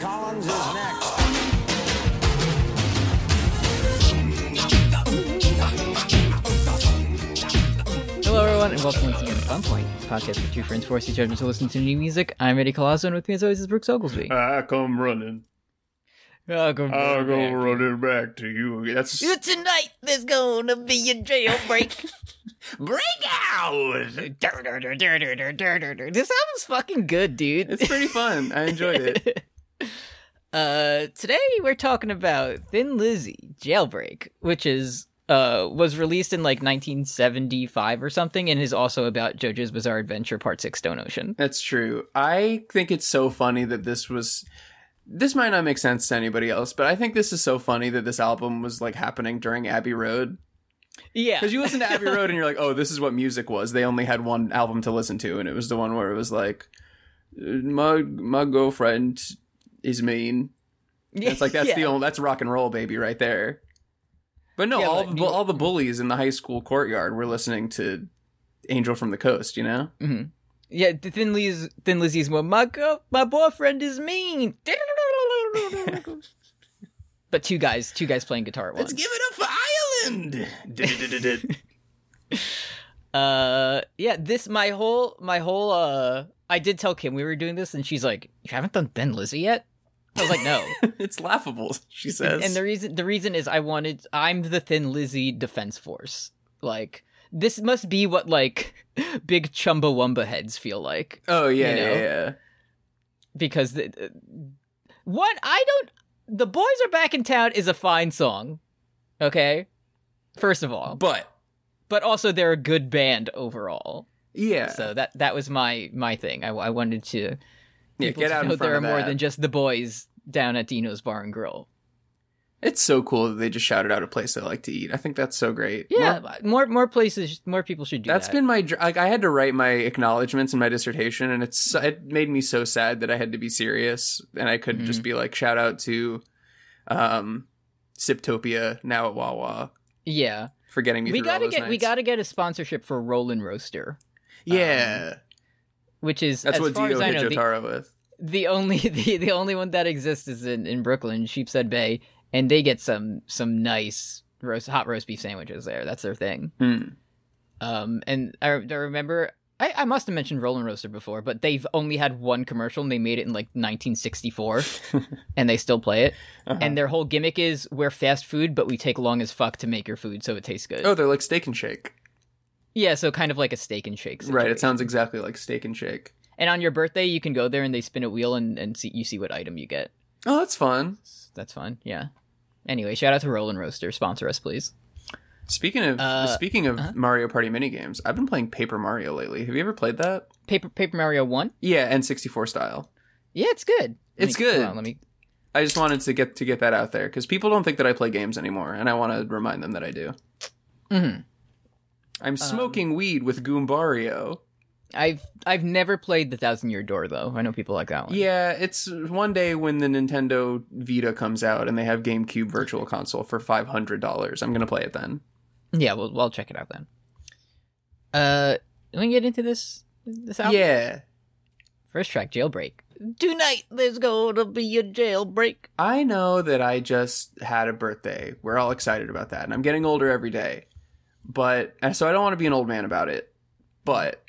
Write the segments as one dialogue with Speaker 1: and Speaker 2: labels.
Speaker 1: Collins is next.
Speaker 2: Hello, everyone, and welcome once again to Gunpoint, a podcast where two friends force each other to listen to new music. I'm Eddie Colasso, and with me, as always, is Brooks Oglesby. Oh,
Speaker 3: I come running.
Speaker 2: I'll go
Speaker 3: I
Speaker 2: back.
Speaker 3: go running back to you. That's
Speaker 4: You Tonight there's gonna be a jailbreak.
Speaker 3: out.
Speaker 4: Dur, dur, dur, dur, dur, dur, dur, dur, dur.
Speaker 2: This album's fucking good, dude.
Speaker 3: It's pretty fun. I enjoyed it.
Speaker 2: uh, today we're talking about Thin Lizzy Jailbreak, which is uh was released in like 1975 or something, and is also about JoJo's Bizarre Adventure Part Six: Stone Ocean.
Speaker 3: That's true. I think it's so funny that this was. This might not make sense to anybody else, but I think this is so funny that this album was like happening during Abbey Road.
Speaker 2: Yeah,
Speaker 3: Because you listen to Abbey Road and you're like, oh, this is what music was. They only had one album to listen to, and it was the one where it was like, my my girlfriend is mean. And It's like that's the
Speaker 2: Yeah.
Speaker 3: only that's rock and roll, baby, right there. But no,
Speaker 2: Yeah,
Speaker 3: all
Speaker 2: but
Speaker 3: the,
Speaker 2: New-
Speaker 3: all the bullies in the high school courtyard were listening to "Angel from the Coast." You know,
Speaker 2: Mm-hmm. Yeah, the Thin Lizzy's Thin Lizzy's one. My girl, my boyfriend is mean. but two guys, two guys playing guitar at once.
Speaker 3: it up for Ireland.
Speaker 2: uh, yeah, this my whole my whole. uh I did tell Kim we were doing this, and she's like, "You haven't done Thin Lizzy yet." I was like, "No."
Speaker 3: it's laughable, she says.
Speaker 2: and the reason the reason is I wanted I'm the Thin Lizzy defense force. Like this must be what like big Chumbawamba heads feel like.
Speaker 3: oh yeah,
Speaker 2: you know.
Speaker 3: yeah, yeah.
Speaker 2: because the, uh, what I don't the boys are back in town is a fine song, okay. First of all,
Speaker 3: But
Speaker 2: but also they're a good band overall.
Speaker 3: yeah,
Speaker 2: So that that was my my thing. I, I wanted to
Speaker 3: yeah.
Speaker 2: people
Speaker 3: Get
Speaker 2: to
Speaker 3: out
Speaker 2: know
Speaker 3: in front
Speaker 2: there are
Speaker 3: of
Speaker 2: more
Speaker 3: that.
Speaker 2: than just the boys down at Dino's Bar and Grill.
Speaker 3: It's so cool that they just shouted out a place they like to eat. I think that's so great.
Speaker 2: Yeah, more
Speaker 3: More-
Speaker 2: more places, more people should do
Speaker 3: That's
Speaker 2: that.
Speaker 3: been my dr- like I had to write my acknowledgments in my dissertation and it's it made me so sad that I had to be serious and I could
Speaker 2: Mm-hmm.
Speaker 3: just be like shout out to um Siptopia now at Wawa
Speaker 2: yeah.
Speaker 3: for getting me
Speaker 2: We
Speaker 3: through all
Speaker 2: gotta
Speaker 3: those
Speaker 2: get we
Speaker 3: nights.
Speaker 2: gotta get a sponsorship for Rollin' Roaster,
Speaker 3: Yeah.
Speaker 2: which is
Speaker 3: that's
Speaker 2: um, as
Speaker 3: what
Speaker 2: far
Speaker 3: Dio
Speaker 2: as I
Speaker 3: hit
Speaker 2: know, the,
Speaker 3: Jotaro with.
Speaker 2: the only the, the only one that exists is in, in Brooklyn, Sheepshead Bay, and they get some some nice roast hot roast beef sandwiches there. That's their thing.
Speaker 3: Hmm.
Speaker 2: Um, and I, I remember I, I must have mentioned Roland Roaster before, but they've only had one commercial, and they made it in like 1964, and they still play it.
Speaker 3: Uh-huh.
Speaker 2: And their whole gimmick is we're fast food, but we take long as fuck to make your food, so it tastes good.
Speaker 3: Oh, they're like Steak and Shake.
Speaker 2: Yeah, so kind of like a steak and shake.
Speaker 3: Right, it
Speaker 2: situation.
Speaker 3: sounds exactly like Steak and Shake.
Speaker 2: And on your birthday, you can go there and they spin a wheel and and see you see what item you get.
Speaker 3: Oh, that's fun.
Speaker 2: That's fun. Yeah. Anyway, shout out to Roland Roaster. Sponsor us, please.
Speaker 3: Speaking of
Speaker 2: Uh,
Speaker 3: speaking of Mario Party minigames, I've been playing Paper Mario lately. Have you ever played that?
Speaker 2: Paper Paper Mario One.
Speaker 3: Yeah, N64 style.
Speaker 2: Yeah, it's good. Let
Speaker 3: It's
Speaker 2: me- hold
Speaker 3: good.
Speaker 2: on, let me.
Speaker 3: I just wanted to get to get that out there because people don't think that I play games anymore, and I want to remind them that I do.
Speaker 2: Mhm.
Speaker 3: I'm smoking weed with Goombario.
Speaker 2: I've I've never played the Thousand Year Door though. I know people like that one.
Speaker 3: Yeah, it's one day when the Nintendo Vita comes out and they have GameCube Virtual Console for five hundred dollars. I'm gonna play it then.
Speaker 2: Yeah. We'll we'll check it out then. Uh, let me get into this this album.
Speaker 3: Yeah,
Speaker 2: First track, Jailbreak.
Speaker 4: Tonight there's gonna be a jailbreak.
Speaker 3: I know that I just had a birthday. We're all excited about that, and I'm getting older every day. But and so I don't want to be an old man about it. But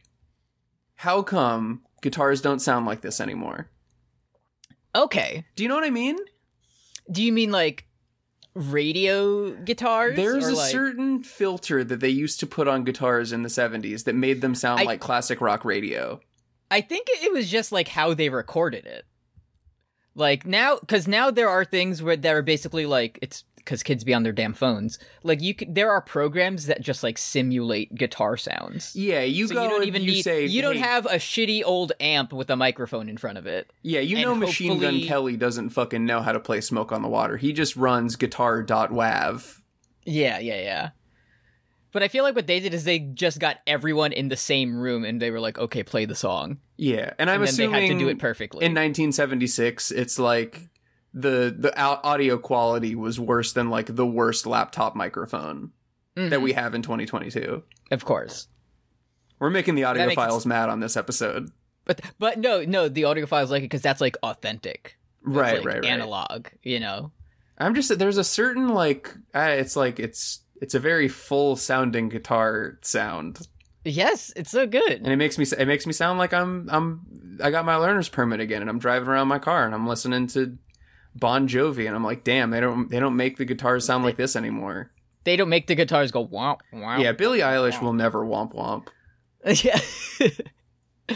Speaker 3: how come guitars don't sound like this anymore?
Speaker 2: Okay.
Speaker 3: Do you know what I mean?
Speaker 2: Do you mean like radio guitars?
Speaker 3: There's
Speaker 2: or,
Speaker 3: a
Speaker 2: like-
Speaker 3: certain filter that they used to put on guitars in the 70s that made them sound
Speaker 2: I-
Speaker 3: like classic rock radio.
Speaker 2: I think it was just like how they recorded it. Like now, because now there are things where that are basically like it's because kids be on their damn phones. Like you, c- there are programs that just like simulate guitar sounds.
Speaker 3: Yeah, you
Speaker 2: So
Speaker 3: go
Speaker 2: you don't
Speaker 3: and
Speaker 2: even
Speaker 3: you
Speaker 2: need.
Speaker 3: say
Speaker 2: you don't
Speaker 3: "Hey,
Speaker 2: have a shitty old amp with a microphone in front of it.
Speaker 3: Yeah, you
Speaker 2: and
Speaker 3: know Machine Gun
Speaker 2: hopefully-
Speaker 3: Kelly doesn't fucking know how to play Smoke on the Water. He just runs guitar.wav.
Speaker 2: Yeah, yeah, yeah. But I feel like what they did is they just got everyone in the same room and they were like, okay, play the song,
Speaker 3: Yeah, and I'm
Speaker 2: and then
Speaker 3: assuming
Speaker 2: they had to do it perfectly.
Speaker 3: in 1976 it's like the the au- audio quality was worse than like the worst laptop microphone
Speaker 2: Mm-hmm.
Speaker 3: that we have in 2022.
Speaker 2: of course.
Speaker 3: We're making the
Speaker 2: That makes
Speaker 3: audiophiles mad on this episode.
Speaker 2: But but no, no, the audiophiles like it because that's like authentic. that's,
Speaker 3: Right,
Speaker 2: like,
Speaker 3: right, right.
Speaker 2: Analog, you know.
Speaker 3: I'm just there's a certain like uh, it's like it's it's a very full sounding guitar sound,
Speaker 2: Yes, it's so good.
Speaker 3: and it makes me it makes me sound like I'm I'm I got my learner's permit again, and I'm driving around my car and I'm listening to Bon Jovi, and I'm like, damn, they don't they don't make the guitars sound like this anymore.
Speaker 2: They don't make the guitars go wow wow.
Speaker 3: Yeah, Billie Eilish will never womp womp.
Speaker 2: yeah.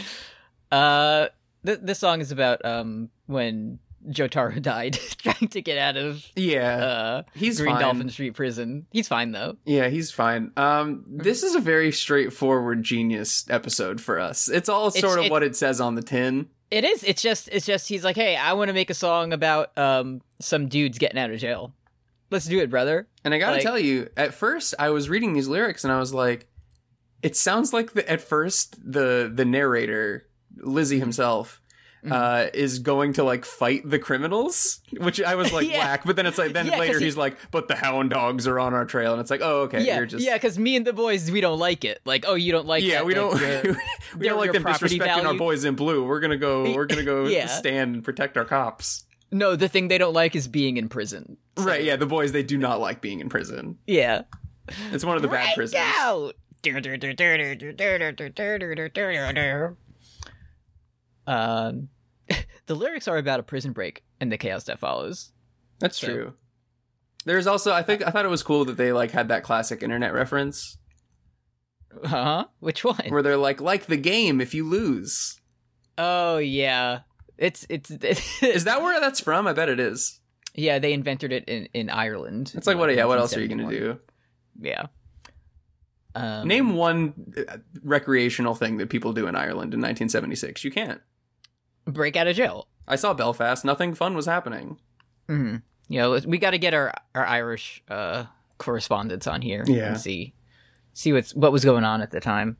Speaker 2: uh, th- this song is about um when Jotaro died trying to get out of
Speaker 3: Yeah,
Speaker 2: uh
Speaker 3: he's
Speaker 2: Green
Speaker 3: fine.
Speaker 2: Dolphin Street prison. He's fine though.
Speaker 3: Yeah, he's fine. Um, this is a very straightforward genius episode for us. It's all sort of
Speaker 2: it-
Speaker 3: what it says on the tin.
Speaker 2: It is. It's just. It's just. He's like, hey, I want to make a song about um some dudes getting out of jail. Let's do it, brother.
Speaker 3: And I gotta
Speaker 2: Like-
Speaker 3: tell you, at first I was reading these lyrics and I was like, it sounds like the, at first the the narrator Lizzie
Speaker 2: Mm-hmm.
Speaker 3: himself uh, is going to like fight the criminals, which I was like
Speaker 2: Yeah.
Speaker 3: whack. But then it's like then
Speaker 2: Yeah, 'cause
Speaker 3: later
Speaker 2: he-
Speaker 3: he's like, but the hound dogs are on our trail, and it's like, oh okay,
Speaker 2: yeah,
Speaker 3: you're just
Speaker 2: yeah. Because me and the boys, we don't like it. Like, oh, you don't like.
Speaker 3: yeah,
Speaker 2: that,
Speaker 3: we don't
Speaker 2: like, your-
Speaker 3: we don't
Speaker 2: your-
Speaker 3: like
Speaker 2: your
Speaker 3: them
Speaker 2: property
Speaker 3: disrespecting our
Speaker 2: value.
Speaker 3: boys in blue. We're gonna go. We're gonna go
Speaker 2: Yeah.
Speaker 3: stand and protect our cops.
Speaker 2: no, the thing they don't like is being in prison.
Speaker 3: Right? Yeah, the boys they do not like being in prison.
Speaker 2: Yeah.
Speaker 3: It's one of the bad prisons.
Speaker 2: out. Um, the lyrics are about a prison break and the chaos that follows.
Speaker 3: That's
Speaker 2: So-
Speaker 3: true. There's also I think I thought it was cool that they like had that classic internet reference
Speaker 2: Huh? Uh-huh. Which one?
Speaker 3: where they're like like the game if you lose.
Speaker 2: Oh yeah, it's it's, it's
Speaker 3: Is that where that's from? I bet it is.
Speaker 2: yeah. They invented it in in Ireland.
Speaker 3: It's like what yeah, what else are you going to do?
Speaker 2: Yeah. Um,
Speaker 3: Name one uh, recreational thing that people do in Ireland in 1976. You can't.
Speaker 2: break out of jail.
Speaker 3: I saw Belfast, nothing fun was happening. Mm-hmm.
Speaker 2: hmm You know, we got to get our our Irish uh, correspondents on here
Speaker 3: Yeah.
Speaker 2: and see see what's what was going on at the time.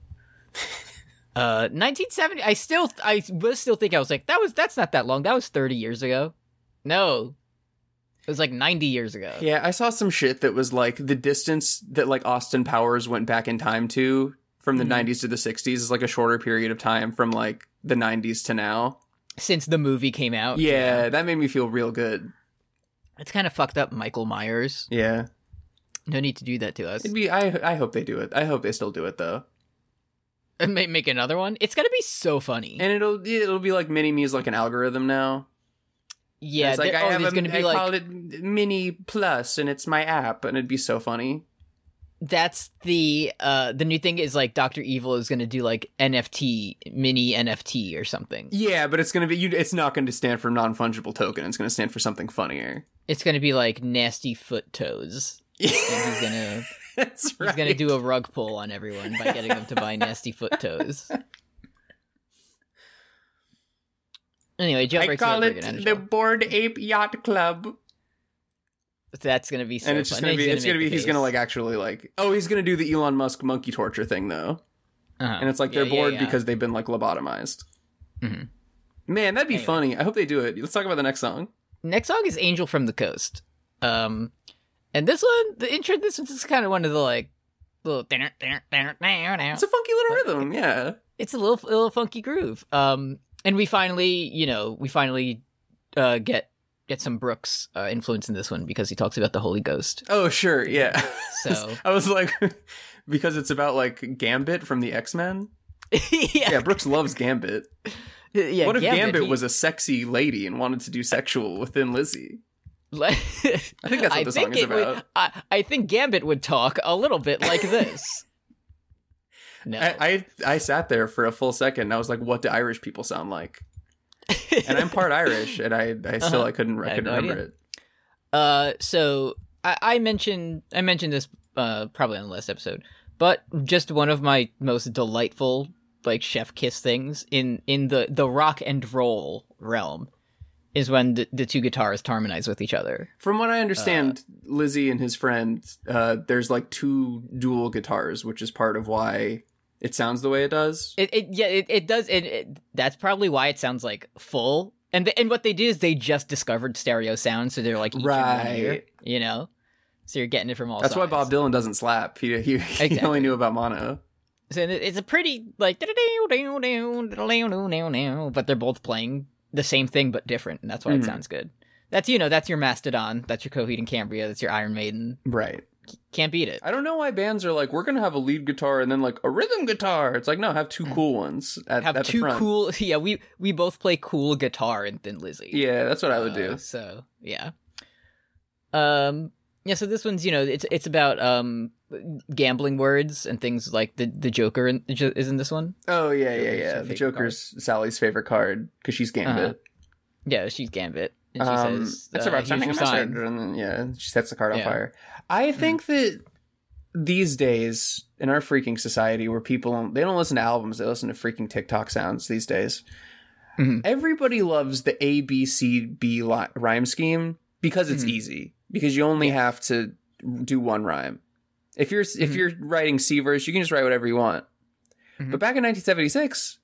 Speaker 2: Uh, 1970. I still, I was still think I was like, that was that's not that long. That was 30 years ago. No, it was like 90 years ago.
Speaker 3: Yeah, I saw some shit that was like the distance that like Austin Powers went back in time to from the
Speaker 2: Mhm.
Speaker 3: 90s to the 60s is like a shorter period of time from like the 90s to now.
Speaker 2: Since the movie came out,
Speaker 3: Oh, Yeah, that made me feel real good.
Speaker 2: it's kind of fucked up. Michael Myers.
Speaker 3: Yeah.
Speaker 2: No need to do that to us.
Speaker 3: It'd be I I hope they do it. I hope they still do it though.
Speaker 2: And ma- make another one. It's gonna be so funny.
Speaker 3: And it'll it'll be like mini me is like an algorithm now.
Speaker 2: yeah,
Speaker 3: it's like
Speaker 2: there-
Speaker 3: I
Speaker 2: oh,
Speaker 3: have
Speaker 2: there's
Speaker 3: a,
Speaker 2: gonna be
Speaker 3: I
Speaker 2: like
Speaker 3: called it mini plus and it's my app and it'd be so funny.
Speaker 2: that's the uh the new thing is like Doctor Evil is gonna do like NFT mini NFT or something.
Speaker 3: Yeah, but it's going to be you it's not going to stand for non-fungible token. It's going to stand for something funnier.
Speaker 2: It's gonna be like nasty foot toes. And he's gonna
Speaker 3: That's right.
Speaker 2: he's gonna do a rug pull on everyone by getting them to buy nasty foot toes. Anyway, Joe
Speaker 3: I
Speaker 2: breaks
Speaker 3: call
Speaker 2: the record and
Speaker 3: it
Speaker 2: a
Speaker 3: the
Speaker 2: show.
Speaker 3: Board Ape Yacht Club.
Speaker 2: That's gonna be so
Speaker 3: and it's just
Speaker 2: fun.
Speaker 3: gonna be it's
Speaker 2: he's
Speaker 3: gonna be
Speaker 2: make the
Speaker 3: he's gonna
Speaker 2: face.
Speaker 3: like actually like oh he's gonna do the Elon Musk monkey torture thing though.
Speaker 2: Uh-huh.
Speaker 3: And it's like
Speaker 2: Yeah,
Speaker 3: they're
Speaker 2: yeah,
Speaker 3: bored
Speaker 2: yeah.
Speaker 3: because they've been like lobotomized.
Speaker 2: Mhm.
Speaker 3: Man, that'd be
Speaker 2: Anyway.
Speaker 3: funny. I hope they do it. Let's talk about the next song.
Speaker 2: next song is angel from the coast um and this one the intro this one's just kind of one of the like little
Speaker 3: It's a funky little rhythm, yeah.
Speaker 2: it's a little little funky groove um and we finally you know we finally uh get get some brooks uh, influence in this one because he talks about the holy ghost
Speaker 3: Oh sure, yeah.
Speaker 2: so
Speaker 3: I was like because it's about like Gambit from the X Men.
Speaker 2: yeah
Speaker 3: Yeah, Brooks loves Gambit.
Speaker 2: yeah
Speaker 3: what if Gambit,
Speaker 2: he-
Speaker 3: was a sexy lady and wanted to do sexual within Lizzie?
Speaker 2: I
Speaker 3: think that's what the song
Speaker 2: think
Speaker 3: is
Speaker 2: it would-
Speaker 3: about.
Speaker 2: I, I think Gambit would talk a little bit like this. no,
Speaker 3: I, I I sat there for a full second and I was like, what do Irish people sound like? and I'm part Irish, and I, I still I couldn't I
Speaker 2: Uh-huh. I had
Speaker 3: couldn't
Speaker 2: no
Speaker 3: remember
Speaker 2: idea.
Speaker 3: it.
Speaker 2: Uh, so I, I mentioned I mentioned this uh probably on the last episode, but just one of my most delightful like chef kiss things in in the the rock and roll realm is when the, the two guitarists harmonize with each other.
Speaker 3: From what I understand,
Speaker 2: Uh,
Speaker 3: Lizzie and his friend, uh, there's like two dual guitars, which is part of why it sounds the way it does.
Speaker 2: It, it yeah it, it does it, it that's probably why it sounds like full. And the, and what they did is they just discovered stereo sound, so they're like each in one ear,
Speaker 3: Right.
Speaker 2: you know, so you're getting it from all.
Speaker 3: That's why
Speaker 2: sides.
Speaker 3: Bob Dylan doesn't slap. He he, he only
Speaker 2: Exactly.
Speaker 3: knew about mono.
Speaker 2: So it- it's a pretty like but they're both playing the same thing but different, and that's why
Speaker 3: Mhm.
Speaker 2: it sounds good. That's you know, that's your Mastodon, that's your Coheed and Cambria, that's your Iron Maiden.
Speaker 3: Right.
Speaker 2: Can't beat it.
Speaker 3: I don't know why bands are like, we're gonna have a lead guitar and then like a rhythm guitar. It's like, no, have two cool ones at,
Speaker 2: Have
Speaker 3: at the
Speaker 2: two
Speaker 3: front.
Speaker 2: cool. Yeah, we we both play cool guitar in Thin Lizzy.
Speaker 3: Yeah, that's what I would
Speaker 2: Uh,
Speaker 3: do.
Speaker 2: So yeah, um, yeah. So this one's you know it's it's about um gambling words and things like the the Joker in, the Jo- is in this one.
Speaker 3: Oh yeah, yeah,
Speaker 2: Joker's her
Speaker 3: yeah. The
Speaker 2: favorite
Speaker 3: Joker's Sally's favorite card because she's
Speaker 2: Uh-huh.
Speaker 3: Gambit.
Speaker 2: Yeah, she's Gambit. And she
Speaker 3: Um,
Speaker 2: says,
Speaker 3: that's
Speaker 2: uh,
Speaker 3: about
Speaker 2: "Here's
Speaker 3: something
Speaker 2: your
Speaker 3: I said,"
Speaker 2: sign.
Speaker 3: and then, yeah, and she sets the card on
Speaker 2: Yeah. Mm.
Speaker 3: fire. I think that these days in our freaking society, where people they don't listen to albums, they listen to freaking TikTok sounds these days.
Speaker 2: Mhm.
Speaker 3: Everybody loves the A B C B li- rhyme scheme because it's
Speaker 2: Mhm.
Speaker 3: easy. Because you only have to do one rhyme. If you're if
Speaker 2: Mhm.
Speaker 3: you're writing C verse, you can just write whatever you want.
Speaker 2: Mhm.
Speaker 3: But back in 1976,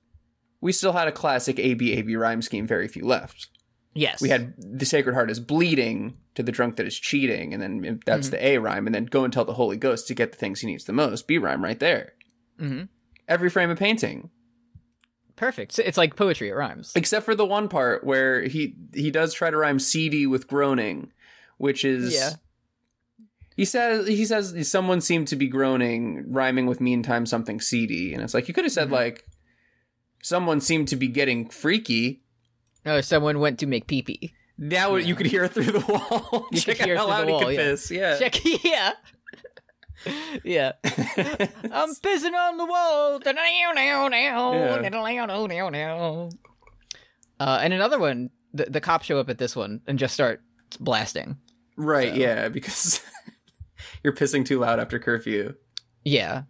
Speaker 3: we still had a classic A B A B rhyme scheme. Very few left.
Speaker 2: Yes,
Speaker 3: We had the Sacred Heart is bleeding to the drunk that is cheating, and then that's
Speaker 2: Mhm.
Speaker 3: the A rhyme, and then go and tell the Holy Ghost to get the things he needs the most. B rhyme right there.
Speaker 2: hmm
Speaker 3: Every frame of painting,
Speaker 2: perfect. So it's like poetry. It rhymes.
Speaker 3: except for the one part where he he does try to rhyme CD with groaning, which is
Speaker 2: Yeah.
Speaker 3: He says he says someone seemed to be groaning, rhyming with meantime something seedy, and it's like you could have said
Speaker 2: Mhm.
Speaker 3: like someone seemed to be getting freaky.
Speaker 2: Oh, someone went to make pee pee.
Speaker 3: Now
Speaker 2: Yeah.
Speaker 3: you could hear it through the wall.
Speaker 2: You
Speaker 3: Check
Speaker 2: could hear it
Speaker 3: out how
Speaker 2: through the
Speaker 3: loud he
Speaker 2: wall,
Speaker 3: could
Speaker 2: yeah.
Speaker 3: piss. Yeah.
Speaker 2: Check. Yeah. yeah. I'm pissing on the wall. Uh, and another one, the, the cops show up at this one and just start blasting.
Speaker 3: Right,
Speaker 2: So-
Speaker 3: yeah, because you're pissing too loud after curfew.
Speaker 2: Yeah.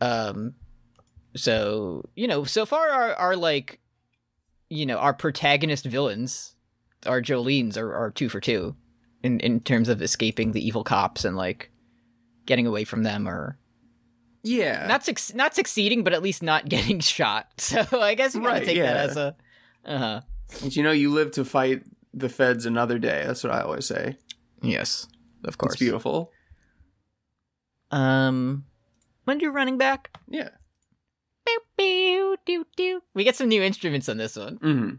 Speaker 2: Um. So you know, so far our our like, you know, our protagonist villains, our Jolene's are, are two for two, in in terms of escaping the evil cops and like getting away from them or
Speaker 3: Yeah.
Speaker 2: not suc not succeeding, but at least not getting shot. So I guess you gotta
Speaker 3: Right,
Speaker 2: take that
Speaker 3: yeah.
Speaker 2: as a. Uh huh.
Speaker 3: And you know, you live to fight the feds another day. That's what I always say.
Speaker 2: Yes, of
Speaker 3: It's beautiful.
Speaker 2: Um, when you're running back,
Speaker 3: Yeah.
Speaker 2: Pew, pew, doo, doo. we get some new instruments on this one.
Speaker 3: hmm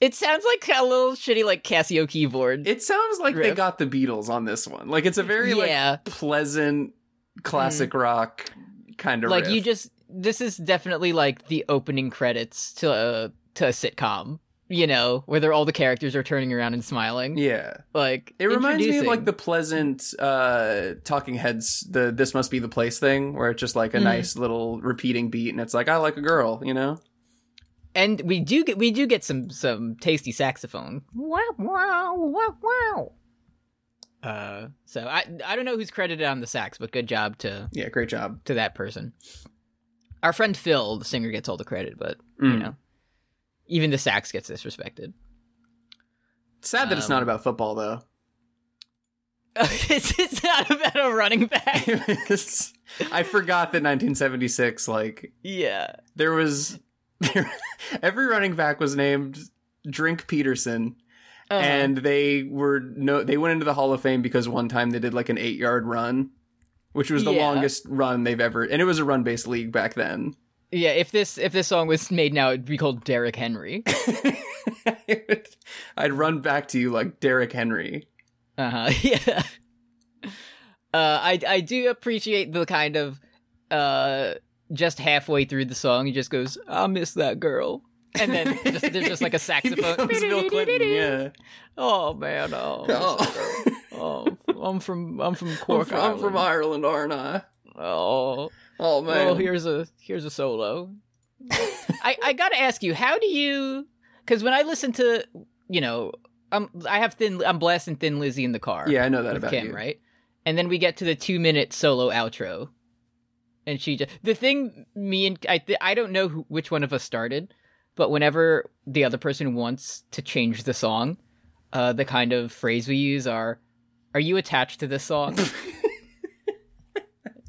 Speaker 2: It sounds like a little shitty, like Casio keyboard.
Speaker 3: It sounds like they
Speaker 2: Riff.
Speaker 3: got the Beatles on this one. Like, it's a very,
Speaker 2: yeah, Mm-hmm.
Speaker 3: like, pleasant classic rock kind of
Speaker 2: like you just this is definitely like the opening credits to a, to a sitcom. You know, where they're all the characters are turning around and smiling.
Speaker 3: Yeah.
Speaker 2: Like
Speaker 3: It reminds me of, like,
Speaker 2: introducing-
Speaker 3: the pleasant uh Talking Heads, the This Must Be the Place thing, where it's just, like, a
Speaker 2: Mhm.
Speaker 3: nice little repeating beat, and it's like, I like a girl, you know?
Speaker 2: and we do get we do get some some tasty saxophone. Wow wow wow wow. Uh, so I I don't know who's credited on the sax, but good job to
Speaker 3: Yeah, great job.
Speaker 2: to that person. Our friend Phil, the singer, gets all the credit, but you
Speaker 3: Mm.
Speaker 2: know, even the sax gets disrespected.
Speaker 3: It's sad that it's
Speaker 2: Um,
Speaker 3: not about football, though.
Speaker 2: it's, it's not about a running back.
Speaker 3: It was- I forgot that 1976. Like
Speaker 2: yeah,
Speaker 3: there was, there, every running back was named Drink Peterson,
Speaker 2: Uh-huh.
Speaker 3: and they were no. They went into the Hall of Fame because one time they did like an eight yard run, which was the
Speaker 2: Yeah.
Speaker 3: longest run they've ever. And it was a run based league back then.
Speaker 2: yeah, if this if this song was made now, it'd be called Derrick Henry.
Speaker 3: I'd run back to you like Derrick Henry.
Speaker 2: Uh-huh. Yeah. Uh I I do appreciate the kind of uh just halfway through the song he just goes, I miss that girl. And then just, there's just like a
Speaker 3: He
Speaker 2: saxophone.
Speaker 3: becomes Bill Clinton, yeah.
Speaker 2: Oh man, oh,
Speaker 3: Oh.
Speaker 2: oh I'm from I'm from
Speaker 3: I'm
Speaker 2: Cork.
Speaker 3: from, I'm from
Speaker 2: Ireland.
Speaker 3: Ireland, aren't I?
Speaker 2: Oh,
Speaker 3: Oh man.
Speaker 2: well, here's a here's a solo. I I gotta ask you, how do you? Because when I listen to, you know, I'm I have thin I'm blasting Thin Lizzy in the car.
Speaker 3: yeah, I know that
Speaker 2: with
Speaker 3: about
Speaker 2: Kim,
Speaker 3: you.
Speaker 2: right? And then we get to the two minute solo outro, and she just the thing. Me and I, th- I don't know who, which one of us started, but whenever the other person wants to change the song, uh, the kind of phrase we use are, "Are you attached to this song?"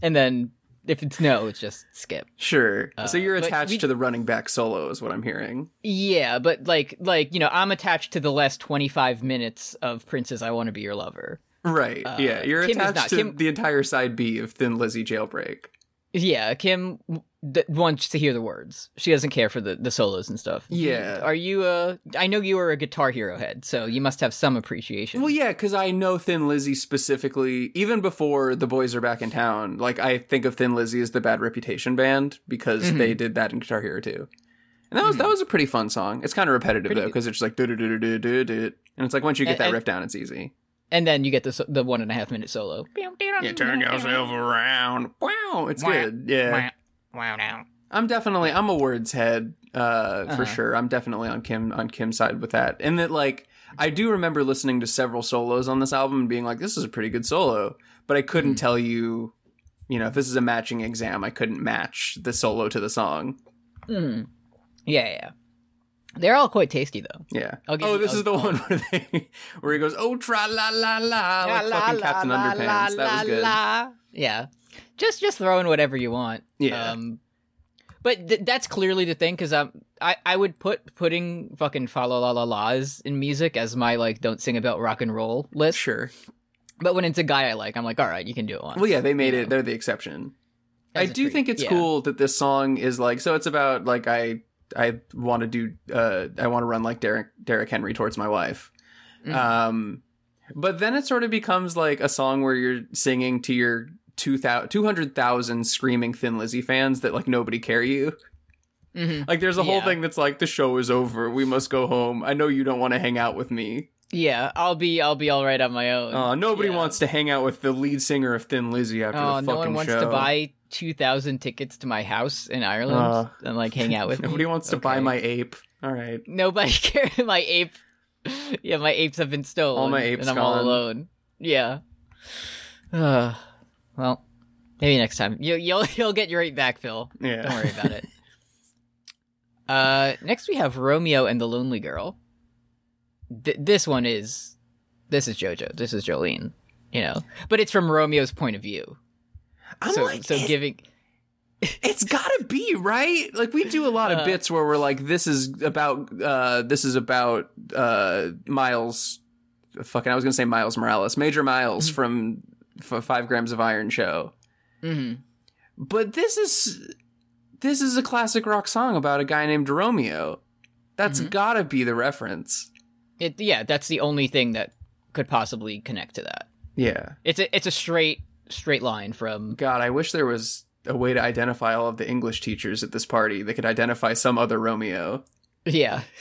Speaker 2: and then if it's no, it's just skip.
Speaker 3: Sure. so
Speaker 2: Uh,
Speaker 3: you're
Speaker 2: but
Speaker 3: attached
Speaker 2: we-
Speaker 3: to the running back solo, is what I'm hearing.
Speaker 2: Yeah, but like, like you know, I'm attached to the last twenty five minutes of Prince's "I Want to Be Your Lover."
Speaker 3: Right.
Speaker 2: Uh,
Speaker 3: yeah. You're
Speaker 2: Kim is
Speaker 3: attached
Speaker 2: not-
Speaker 3: to
Speaker 2: Kim-
Speaker 3: the entire side B of Thin Lizzy Jailbreak.
Speaker 2: Yeah, Kim w- th- wants to hear the words. She doesn't care for the, the solos and stuff.
Speaker 3: Yeah.
Speaker 2: Are you uh I know you are a guitar hero head, so you must have some appreciation.
Speaker 3: Well, yeah, because I know Thin Lizzy specifically, even before the boys are back in town. Like, I think of Thin Lizzy as the bad reputation band because
Speaker 2: Mhm.
Speaker 3: they did that in Guitar Hero too. And that was that was a pretty fun song. It's kind of repetitive though,
Speaker 2: Pretty
Speaker 3: 'cause though,
Speaker 2: good.
Speaker 3: because it's just like do do do do do do, and it's like once you get
Speaker 2: And-
Speaker 3: that
Speaker 2: and-
Speaker 3: riff down, it's easy.
Speaker 2: And then you get the so- the one and a half minute solo.
Speaker 3: Yeah, turn yourself around. Wow, it's
Speaker 4: Wah.
Speaker 3: good. Yeah,
Speaker 4: Wah. Wow now.
Speaker 3: I'm definitely I'm a words head uh,
Speaker 2: Uh-huh.
Speaker 3: for sure. I'm definitely on Kim on Kim's side with that. And that like I do remember listening to several solos on this album and being like, this is a pretty good solo, but I couldn't
Speaker 2: Mhm.
Speaker 3: tell you, you know, if this is a matching exam, I couldn't match the solo to the song.
Speaker 2: Mm. Yeah, yeah. They're all quite tasty though.
Speaker 3: Yeah.
Speaker 2: I'll give
Speaker 3: Oh,
Speaker 2: you-
Speaker 3: this
Speaker 2: I'll-
Speaker 3: is the one where they where he goes, oh tra la la la, like
Speaker 2: La,
Speaker 3: fucking
Speaker 2: la,
Speaker 3: Captain
Speaker 2: la,
Speaker 3: Underpants.
Speaker 2: la,
Speaker 3: that was good.
Speaker 2: la. Yeah. Just just throw in whatever you want.
Speaker 3: Yeah.
Speaker 2: Um, but th- that's clearly the thing because I I would put putting fucking fa la la la la's in music as my like don't sing about rock and roll list.
Speaker 3: Sure.
Speaker 2: But when it's a guy I like, I'm like, all right, you can do it once.
Speaker 3: Well, yeah, they made
Speaker 2: you
Speaker 3: it.
Speaker 2: know,
Speaker 3: They're the exception. I
Speaker 2: as a
Speaker 3: do
Speaker 2: treat.
Speaker 3: think it's
Speaker 2: Yeah.
Speaker 3: cool that this song is like so. It's about like I I want to do uh I want to run like Derek Derek Henry towards my wife.
Speaker 2: Mhm.
Speaker 3: Um, but then it sort of becomes like a song where you're singing to your 2000 200,000 screaming Thin Lizzy fans that like nobody care you.
Speaker 2: Mhm.
Speaker 3: Like there's a whole
Speaker 2: Yeah.
Speaker 3: thing that's like the show is over. We must go home. I know you don't want to hang out with me.
Speaker 2: Yeah, I'll be I'll be all right on my own.
Speaker 3: Uh, nobody
Speaker 2: Yeah.
Speaker 3: wants to hang out with the lead singer of Thin Lizzy after
Speaker 2: Oh,
Speaker 3: the fucking
Speaker 2: no one wants to
Speaker 3: show.
Speaker 2: buy two thousand tickets to my house in Ireland
Speaker 3: Uh,
Speaker 2: and like hang out with me.
Speaker 3: Nobody wants to buy
Speaker 2: Okay.
Speaker 3: my ape. All right.
Speaker 2: Nobody cares. My ape. Yeah, my apes have been stolen.
Speaker 3: All my apes
Speaker 2: and I'm all
Speaker 3: gone.
Speaker 2: alone. Yeah. Uh, well, maybe next time you, you'll you'll get your ape back, Phil.
Speaker 3: Yeah.
Speaker 2: Don't worry about it. uh, next we have Romeo and the Lonely Girl. Th- this one is, this is JoJo. This is Jolene. You know, but it's from Romeo's point of view.
Speaker 3: I'm
Speaker 2: so
Speaker 3: like,
Speaker 2: so
Speaker 3: it,
Speaker 2: giving.
Speaker 3: has gotta be right. Like we do a lot of
Speaker 2: Uh,
Speaker 3: bits where we're like, this is about, uh, this is about uh, Miles. Fucking, I was gonna say Miles Morales, Major Miles
Speaker 2: Mm-hmm.
Speaker 3: from F- Five Grams of Iron show.
Speaker 2: Mhm.
Speaker 3: But this is this is a classic rock song about a guy named Romeo. That's
Speaker 2: Mhm.
Speaker 3: gotta be the reference.
Speaker 2: It yeah, that's the only thing that could possibly connect to that.
Speaker 3: Yeah.
Speaker 2: It's a it's a straight straight line from
Speaker 3: God, I wish there was a way to identify all of the English teachers at this party that could identify some other Romeo.
Speaker 2: yeah.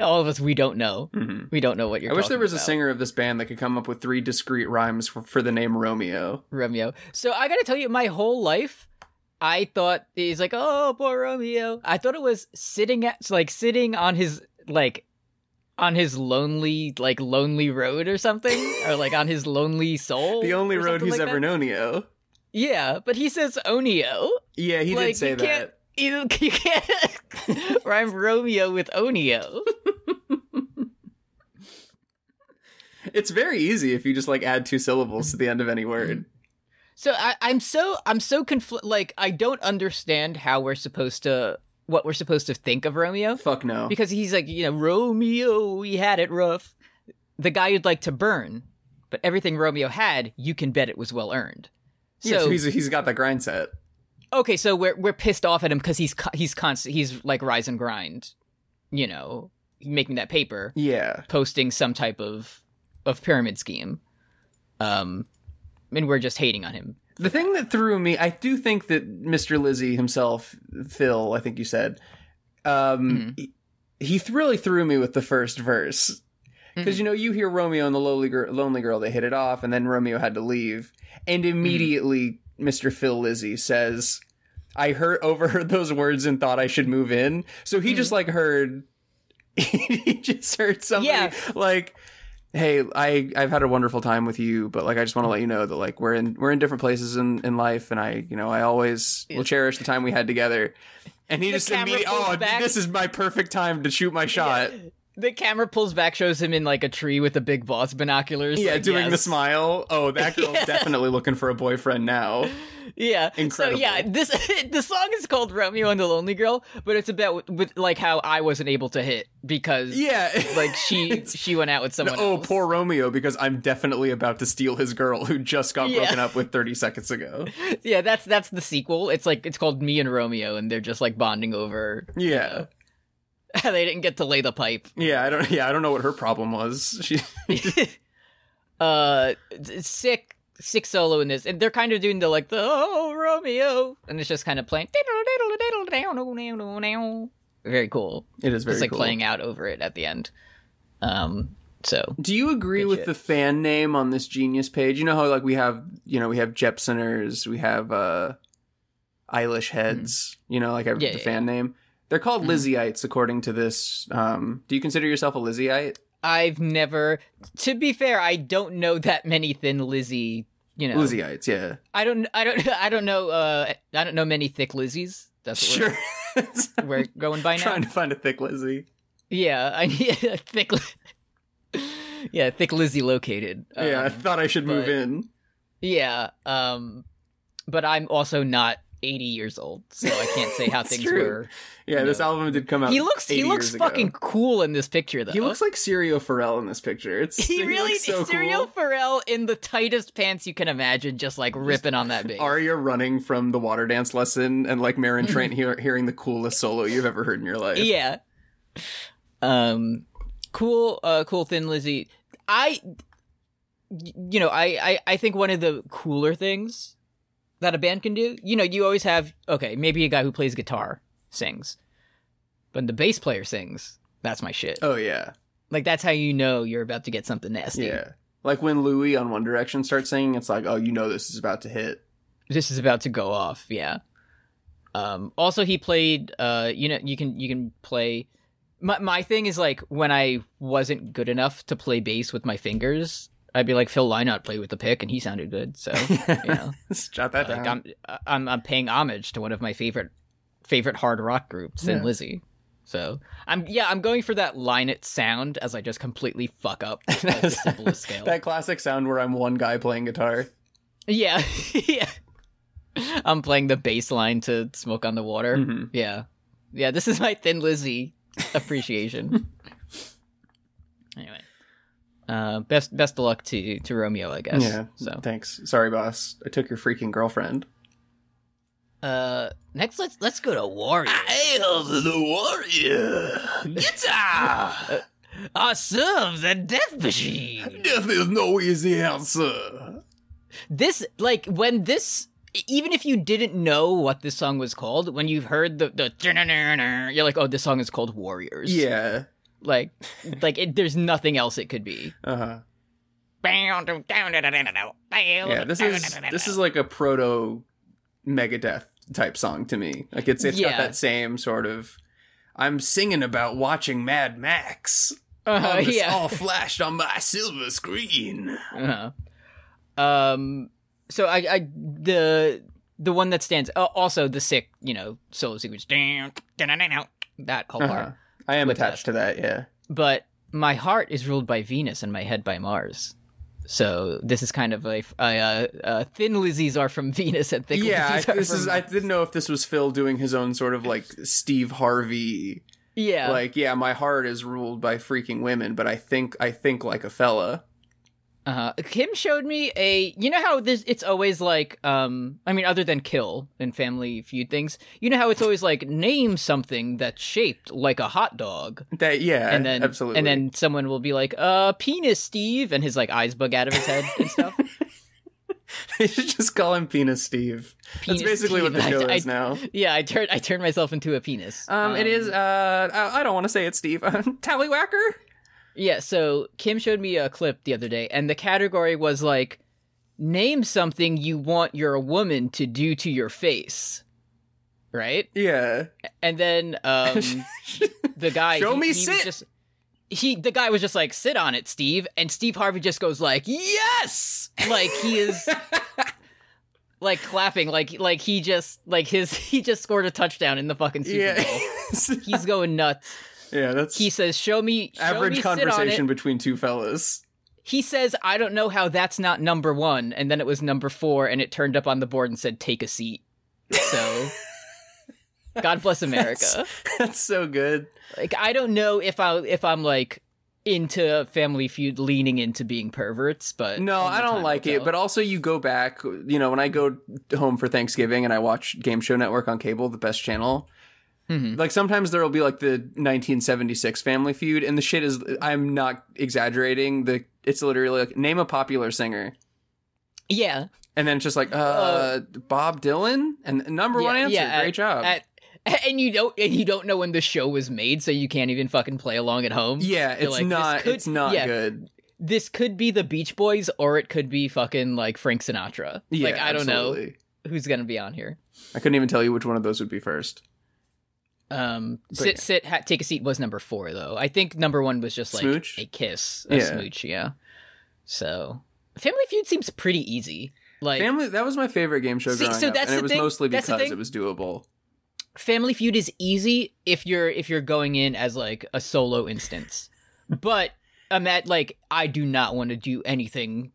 Speaker 2: All of us we don't know.
Speaker 3: Mm-hmm.
Speaker 2: We don't know what you're.
Speaker 3: I wish there
Speaker 2: talking
Speaker 3: was a
Speaker 2: about,
Speaker 3: singer of this band that could come up with three discrete rhymes for, for the name Romeo.
Speaker 2: Romeo. So I gotta tell you, my whole life, I thought he's like, oh, poor Romeo. I thought it was sitting at like sitting on his like on his lonely like lonely road or something or like on his lonely soul.
Speaker 3: The only
Speaker 2: Oh, or
Speaker 3: road
Speaker 2: something
Speaker 3: he's
Speaker 2: like
Speaker 3: ever
Speaker 2: that.
Speaker 3: known, Neo.
Speaker 2: Yeah, but he says Onio.
Speaker 3: Yeah, he
Speaker 2: Like,
Speaker 3: did say
Speaker 2: you can't-
Speaker 3: that.
Speaker 2: You, you can't rhyme Romeo with Onio.
Speaker 3: It's very easy if you just like add two syllables to the end of any word.
Speaker 2: So I, I'm so I'm so confl- like I don't understand how we're supposed to what we're supposed to think of Romeo
Speaker 3: Fuck no.
Speaker 2: because he's like you know Romeo we had it rough, the guy you'd like to burn, but everything Romeo had you can bet it was well earned. So,
Speaker 3: yeah, so he's he's got that grind set.
Speaker 2: okay, so we're we're pissed off at him because he's co- he's constant he's like rise and grind, you know, making that paper.
Speaker 3: Yeah.
Speaker 2: posting some type of of pyramid scheme. Um and we're just hating on him.
Speaker 3: The thing that threw me, I do think that Mr. Lizzie himself, Phil, I think you said, um, he, he really threw me with the first verse. Because,
Speaker 2: Mhm.
Speaker 3: you know, you hear Romeo and the lonely girl, lonely girl, they hit it off, and then Romeo had to leave. And immediately, Mr. Phil Lizzie says, I heard overheard those words and thought I should move in. So he just like heard, he just heard somebody
Speaker 2: Yeah.
Speaker 3: like, hey i i've had a wonderful time with you but like i just want to let you know that like we're in we're in different places in in life and i you know i always will cherish the time we had together and he
Speaker 2: The
Speaker 3: just
Speaker 2: camera
Speaker 3: immediately
Speaker 2: pulls
Speaker 3: oh
Speaker 2: back.
Speaker 3: this is my perfect time to shoot my shot
Speaker 2: The camera pulls back, shows him in like a tree with the big boss binoculars.
Speaker 3: Yeah,
Speaker 2: like,
Speaker 3: doing the
Speaker 2: yes.
Speaker 3: smile. Oh, that girl's
Speaker 2: Yeah.
Speaker 3: definitely looking for a boyfriend now.
Speaker 2: Yeah.
Speaker 3: Incredible.
Speaker 2: So yeah, this the song is called Romeo and the Lonely Girl, but it's about with, with like how I wasn't able to hit because
Speaker 3: Yeah.
Speaker 2: like she she went out with someone.
Speaker 3: Oh,
Speaker 2: else.
Speaker 3: poor Romeo, because I'm definitely about to steal his girl who just got
Speaker 2: Yeah.
Speaker 3: broken up with 30 seconds ago.
Speaker 2: Yeah, that's that's the sequel. It's like it's called Me and Romeo, and they're just like bonding over.
Speaker 3: Yeah.
Speaker 2: they didn't get to lay the pipe.
Speaker 3: Yeah, I don't yeah, I don't know what her problem was. She
Speaker 2: uh, d- sick sick solo in this, and they're kind of doing the like the oh Romeo, and it's just kind of playing. Very cool.
Speaker 3: It is very
Speaker 2: it's like
Speaker 3: cool.
Speaker 2: playing out over it at the end. Um, so
Speaker 3: Do you agree
Speaker 2: Good
Speaker 3: with
Speaker 2: shit.
Speaker 3: the fan name on this genius page? You know how like we have you know, we have Jepseners, we have uh Eilish heads, you know, like every
Speaker 2: Mm. Yeah,
Speaker 3: the
Speaker 2: yeah, Mm-hmm.
Speaker 3: fan name. They're called Lizzyites according to this. Um do you consider yourself a Lizzyite?
Speaker 2: I've never, to be fair, I don't know that many Thin Lizzy. You know,
Speaker 3: Lizzyites, yeah.
Speaker 2: I don't, I don't, I don't know. Uh, I don't know many thick Lizzies. That's what
Speaker 3: Sure.
Speaker 2: we're, we're going by now.
Speaker 3: trying to find a thick Lizzie.
Speaker 2: Yeah, I need a thick. Li- yeah, thick Lizzie located.
Speaker 3: yeah, I
Speaker 2: Um,
Speaker 3: thought I should move
Speaker 2: but-
Speaker 3: in.
Speaker 2: yeah. Um, but I'm also not 80 years old, so I can't say how
Speaker 3: It's
Speaker 2: things
Speaker 3: true.
Speaker 2: were.
Speaker 3: Yeah, this
Speaker 2: No.
Speaker 3: album did come out.
Speaker 2: He looks,
Speaker 3: 80
Speaker 2: he looks
Speaker 3: years ago.
Speaker 2: fucking cool in this picture, though.
Speaker 3: He looks like Sirio Pharrell in this picture. It's
Speaker 2: He really
Speaker 3: looks so
Speaker 2: Serial
Speaker 3: cool.
Speaker 2: Pharrell in the tightest pants you can imagine, just like ripping on that bass.
Speaker 3: Arya running from the water dance lesson and like Marin Trent hear- hearing the coolest solo you've ever heard in your life.
Speaker 2: yeah. Um, cool, uh, cool thin Lizzy. I, y- you know, I, I, I think one of the cooler things that a band can do, you know, you always have okay, maybe a guy who plays guitar sings, but when the bass player sings. That's my shit.
Speaker 3: Oh yeah.
Speaker 2: Like that's how you know you're about to get something nasty.
Speaker 3: Yeah. Like when Louis on One Direction starts singing, it's like, oh, you know this is about to hit.
Speaker 2: this is about to go off yeah um also he played uh you know you can you can play my, my thing is like when i wasn't good enough to play bass with my fingers i'd be like phil lynott played with the pick and he sounded good so you know
Speaker 3: Jot that
Speaker 2: like
Speaker 3: down.
Speaker 2: I'm, I'm i'm paying homage to one of my favorite favorite hard rock groups thin
Speaker 3: Yeah.
Speaker 2: lizzy so i'm yeah i'm going for that lynott sound as i just completely fuck up like, the simplest scale
Speaker 3: That classic sound where I'm one guy playing guitar.
Speaker 2: yeah yeah i'm playing the bass line to smoke on the water
Speaker 3: Mhm.
Speaker 2: Yeah. Yeah, this is my Thin Lizzy appreciation. anyway. Uh best best of luck to to Romeo, I guess.
Speaker 3: Yeah.
Speaker 2: So
Speaker 3: Thanks. Sorry, boss. I took your freaking girlfriend.
Speaker 2: uh next let's let's go to Warrior.
Speaker 3: Hail the warrior!
Speaker 2: Uh,
Speaker 3: Guitar!
Speaker 2: I serve the death machine.
Speaker 3: Death is no easy answer.
Speaker 2: This like when this even if you didn't know what this song was called, when you've heard the the you're like, oh, this song is called Warriors.
Speaker 3: Yeah.
Speaker 2: like, like it, there's nothing else it could be.
Speaker 3: Uh huh. Yeah.
Speaker 4: Yeah,
Speaker 3: This is this is like a proto Megadeth type song to me. Like it's it's got
Speaker 2: Yeah.
Speaker 3: that same sort of. I'm singing about watching Mad Max.
Speaker 2: Uh,
Speaker 3: All this- all flashed on my silver screen.
Speaker 2: Uh-huh. Um. So I, I, the the one that stands. Uh, also, the sick, you know, solo sequence. That whole
Speaker 3: Uh-huh.
Speaker 2: part.
Speaker 3: I am
Speaker 2: With
Speaker 3: attached to that. Yeah.
Speaker 2: But my heart is ruled by Venus and my head by Mars. So this is kind of a, a, uh uh thin Lizzies are from Venus and thick
Speaker 3: yeah. I,
Speaker 2: Lizzies are
Speaker 3: this
Speaker 2: from
Speaker 3: is. I didn't know if this was Phil doing his own sort of like Steve Harvey
Speaker 2: yeah.
Speaker 3: like yeah my heart is ruled by freaking women but i think i think like a fella
Speaker 2: Uh, Kim showed me a. You know how this? It's always like, um, I mean, other than kill and Family Feud things, you know how it's always like name something that's shaped like a hot dog,
Speaker 3: that yeah
Speaker 2: and then
Speaker 3: absolutely
Speaker 2: and then someone will be like, "Uh, penis, Steve," and his like eyes bug out of his head and stuff.
Speaker 3: they should just call him penis steve
Speaker 2: Penis
Speaker 3: that's basically what the
Speaker 2: Steve.
Speaker 3: show
Speaker 2: I-
Speaker 3: is
Speaker 2: I-
Speaker 3: now
Speaker 2: Yeah, I turned I turned myself into a penis.
Speaker 3: um, it is uh i, I don't want to say it's steve tallywhacker
Speaker 2: Yeah, so Kim showed me a clip the other day, and the category was like, "Name something you want your woman to do to your face." Right,
Speaker 3: yeah
Speaker 2: and then um, the guy
Speaker 3: Show
Speaker 2: he- he
Speaker 3: me
Speaker 2: was
Speaker 3: sit.
Speaker 2: just- he the guy was just like sit on it steve and steve harvey just goes like yes like he is like clapping like like he just like his he just scored a touchdown in the fucking super
Speaker 3: yeah
Speaker 2: bowl he's going nuts
Speaker 3: Yeah, that's
Speaker 2: He says, "Show me show
Speaker 3: average
Speaker 2: me sit on it."
Speaker 3: conversation between two fellas.
Speaker 2: He says, "I don't know how that's not number one," and then it was number four, and it turned up on the board and said, "Take a seat." So, God bless America.
Speaker 3: That's so good.
Speaker 2: Like, I don't know if I if I'm like into Family Feud, leaning into being perverts, but
Speaker 3: No,
Speaker 2: only
Speaker 3: I
Speaker 2: time
Speaker 3: don't
Speaker 2: will
Speaker 3: like it.
Speaker 2: tell.
Speaker 3: But also, you go back. You know, when I go home for Thanksgiving and I watch Game Show Network on cable, the best channel.
Speaker 2: Mhm.
Speaker 3: Like sometimes there will be like the 1976 Family Feud, and the shit is. I'm not exaggerating. The it's literally like name a popular singer,
Speaker 2: yeah,
Speaker 3: and then it's just like uh,
Speaker 2: Uh,
Speaker 3: Bob Dylan, and number
Speaker 2: yeah,
Speaker 3: one answer.
Speaker 2: yeah,
Speaker 3: Great
Speaker 2: at-
Speaker 3: job.
Speaker 2: at- and you don't and you don't know when the show was made, so you can't even fucking play along at home.
Speaker 3: yeah,
Speaker 2: You're
Speaker 3: it's
Speaker 2: like, this
Speaker 3: not.
Speaker 2: could-
Speaker 3: it's not
Speaker 2: yeah.
Speaker 3: good.
Speaker 2: This could be the Beach Boys, or it could be fucking like Frank Sinatra.
Speaker 3: Yeah,
Speaker 2: like I don't know
Speaker 3: absolutely.
Speaker 2: who's gonna be on here.
Speaker 3: I couldn't even tell you which one of those would be first.
Speaker 2: Um,
Speaker 3: But
Speaker 2: sit,
Speaker 3: yeah.
Speaker 2: sit, ha- take a seat was number four though. I think number one was just like
Speaker 3: Smooch?
Speaker 2: a kiss, a
Speaker 3: Yeah.
Speaker 2: smooch, yeah. So, Family Feud seems pretty easy. Like Family,
Speaker 3: Family that was my favorite game show
Speaker 2: See,
Speaker 3: growing
Speaker 2: so
Speaker 3: up,
Speaker 2: that's
Speaker 3: and
Speaker 2: the
Speaker 3: it was
Speaker 2: thing-
Speaker 3: mostly
Speaker 2: that's the
Speaker 3: because
Speaker 2: thing.
Speaker 3: it was doable.
Speaker 2: Feud is easy if you're if you're going in as like a solo instance, but I'm at like I do not want to do anything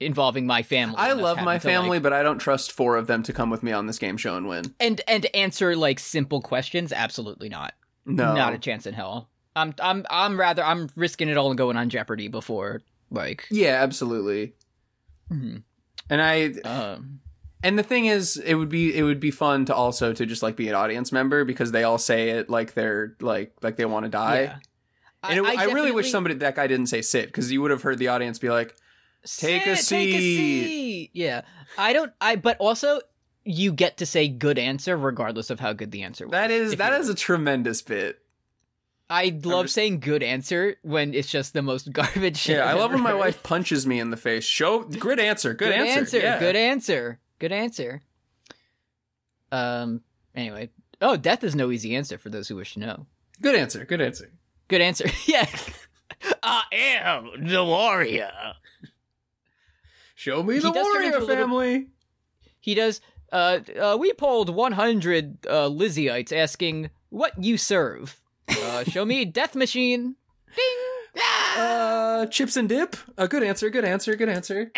Speaker 2: involving my family.
Speaker 3: I
Speaker 2: and us
Speaker 3: love my
Speaker 2: having to, like,
Speaker 3: family, but I don't trust four of them to come with me on this game show and win.
Speaker 2: and and answer like simple questions. Absolutely not.
Speaker 3: No,
Speaker 2: Not a chance in hell. I'm I'm I'm rather I'm risking it all and going on Jeopardy before like.
Speaker 3: yeah, absolutely.
Speaker 2: mhm.
Speaker 3: And I
Speaker 2: Um,
Speaker 3: and the thing is, it would be it would be fun to also to just like be an audience member because they all say it like they're like like they want to die.
Speaker 2: yeah.
Speaker 3: And it, I, really wish
Speaker 2: definitely-
Speaker 3: somebody that guy didn't say sit because you would have heard the audience be like, "Take a
Speaker 2: Sit, Take a
Speaker 3: seat."
Speaker 2: seat. Yeah, I don't. I but also you get to say good answer regardless of how good the answer was.
Speaker 3: "That is
Speaker 2: If
Speaker 3: that
Speaker 2: you're-
Speaker 3: is a tremendous bit."
Speaker 2: I love
Speaker 3: just-
Speaker 2: saying good answer when it's just the most garbage. shit
Speaker 3: Yeah, I
Speaker 2: I've
Speaker 3: love when
Speaker 2: ever
Speaker 3: my
Speaker 2: heard.
Speaker 3: wife punches me in the face. Show good answer, good, answer, yeah.
Speaker 2: Good answer. Good answer. Um. Anyway. Oh, death is no easy answer for those who wish to know.
Speaker 3: good answer, good answer.
Speaker 2: Good answer. yeah.
Speaker 3: Uh,
Speaker 4: I am the warrior.
Speaker 3: Show me
Speaker 2: He
Speaker 3: the
Speaker 2: does turn into
Speaker 3: warrior
Speaker 2: a little-
Speaker 3: family.
Speaker 2: He does. Uh, uh, we polled 100 uh, Lizzieites asking what you serve. Uh, show me Death Machine.
Speaker 3: Uh, chips and dip. A good answer. Good answer. Good answer.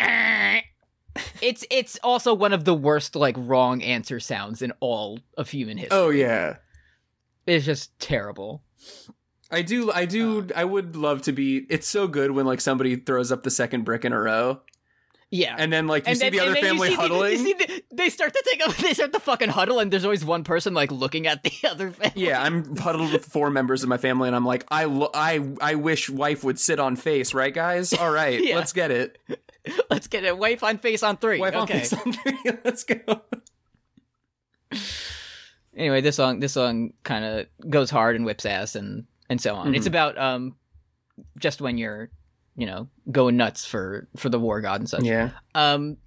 Speaker 2: It's it's also one of the worst like wrong answer sounds in all of human history.
Speaker 3: Oh yeah,
Speaker 2: It's just terrible.
Speaker 3: I do. I do. I would love to be. It's so good when like somebody throws up the second brick in a row,
Speaker 2: Yeah.
Speaker 3: and then like you
Speaker 2: And
Speaker 3: see
Speaker 2: then-
Speaker 3: the
Speaker 2: and
Speaker 3: other
Speaker 2: then you
Speaker 3: family
Speaker 2: see the- you
Speaker 3: huddling.
Speaker 2: see the- they start to take up. They start to fucking huddle, and there's always one person like looking at the other family.
Speaker 3: yeah, I'm huddled with four members of my family, and I'm like, I, lo- I, I wish wife would sit on face, right, guys? All right,
Speaker 2: Yeah.
Speaker 3: let's get it.
Speaker 2: Let's get it. Wife on face on three.
Speaker 3: Wife on
Speaker 2: okay.
Speaker 3: face on three. Let's go.
Speaker 2: anyway, this song this song kind of goes hard and whips ass and and so on.
Speaker 3: Mm-hmm.
Speaker 2: It's about um just when you're you know going nuts for for the war god and such.
Speaker 3: Yeah.
Speaker 2: Um,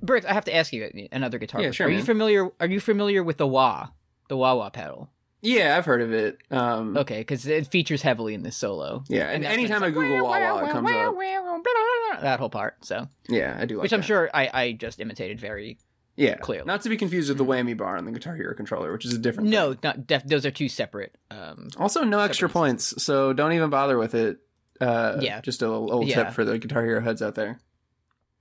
Speaker 2: Bert, I have to ask you another guitar.
Speaker 3: Yeah,
Speaker 2: question.
Speaker 3: sure,
Speaker 2: Are you
Speaker 3: man.
Speaker 2: familiar? Are you familiar with the wah, the wah wah pedal?
Speaker 3: Yeah, I've heard of it. Um,
Speaker 2: Okay, because it features heavily in this solo.
Speaker 3: Yeah, and
Speaker 2: that's when
Speaker 3: anytime
Speaker 2: it's
Speaker 3: I Google Wawa, it comes up.
Speaker 2: That whole part. So,
Speaker 3: Yeah, I do like
Speaker 2: which I'm
Speaker 3: that.
Speaker 2: sure I, I just imitated very.
Speaker 3: Yeah,
Speaker 2: Clearly.
Speaker 3: Not to be confused with the whammy bar on the Guitar Hero controller, which is a different.
Speaker 2: No,
Speaker 3: thing.
Speaker 2: not def- those are two separate. Um,
Speaker 3: Also, no extra
Speaker 2: Separate
Speaker 3: points, so don't even bother with it. Uh,
Speaker 2: Yeah.
Speaker 3: Just a little old
Speaker 2: Yeah.
Speaker 3: tip for the Guitar Hero heads out there.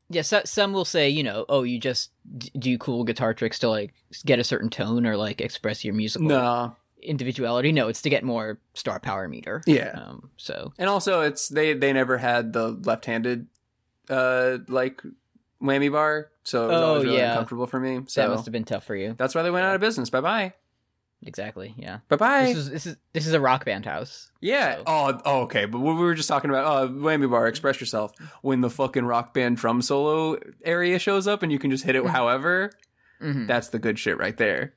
Speaker 2: yeah, so, some will say, you know, oh, you just d- do cool guitar tricks to like get a certain tone or like express your musical
Speaker 3: No.
Speaker 2: individuality. No, it's to get more star power meter.
Speaker 3: Yeah.
Speaker 2: Um, so
Speaker 3: And also, it's they they never had the left-handed, uh, like whammy bar, so it was
Speaker 2: Oh,
Speaker 3: always really
Speaker 2: yeah.
Speaker 3: uncomfortable for me.
Speaker 2: that
Speaker 3: So
Speaker 2: must have been tough for you.
Speaker 3: that's why they went out of business. Bye bye.
Speaker 2: Exactly. Yeah.
Speaker 3: Bye
Speaker 2: This
Speaker 3: bye.
Speaker 2: is this is this is a rock band house.
Speaker 3: Yeah.
Speaker 2: so-
Speaker 3: Oh, oh, okay. But what we were just talking about, oh, whammy bar, express yourself. When the fucking rock band drum solo area shows up and you can just
Speaker 2: Mm.
Speaker 3: hit it however,
Speaker 2: Mhm.
Speaker 3: that's the good shit right there.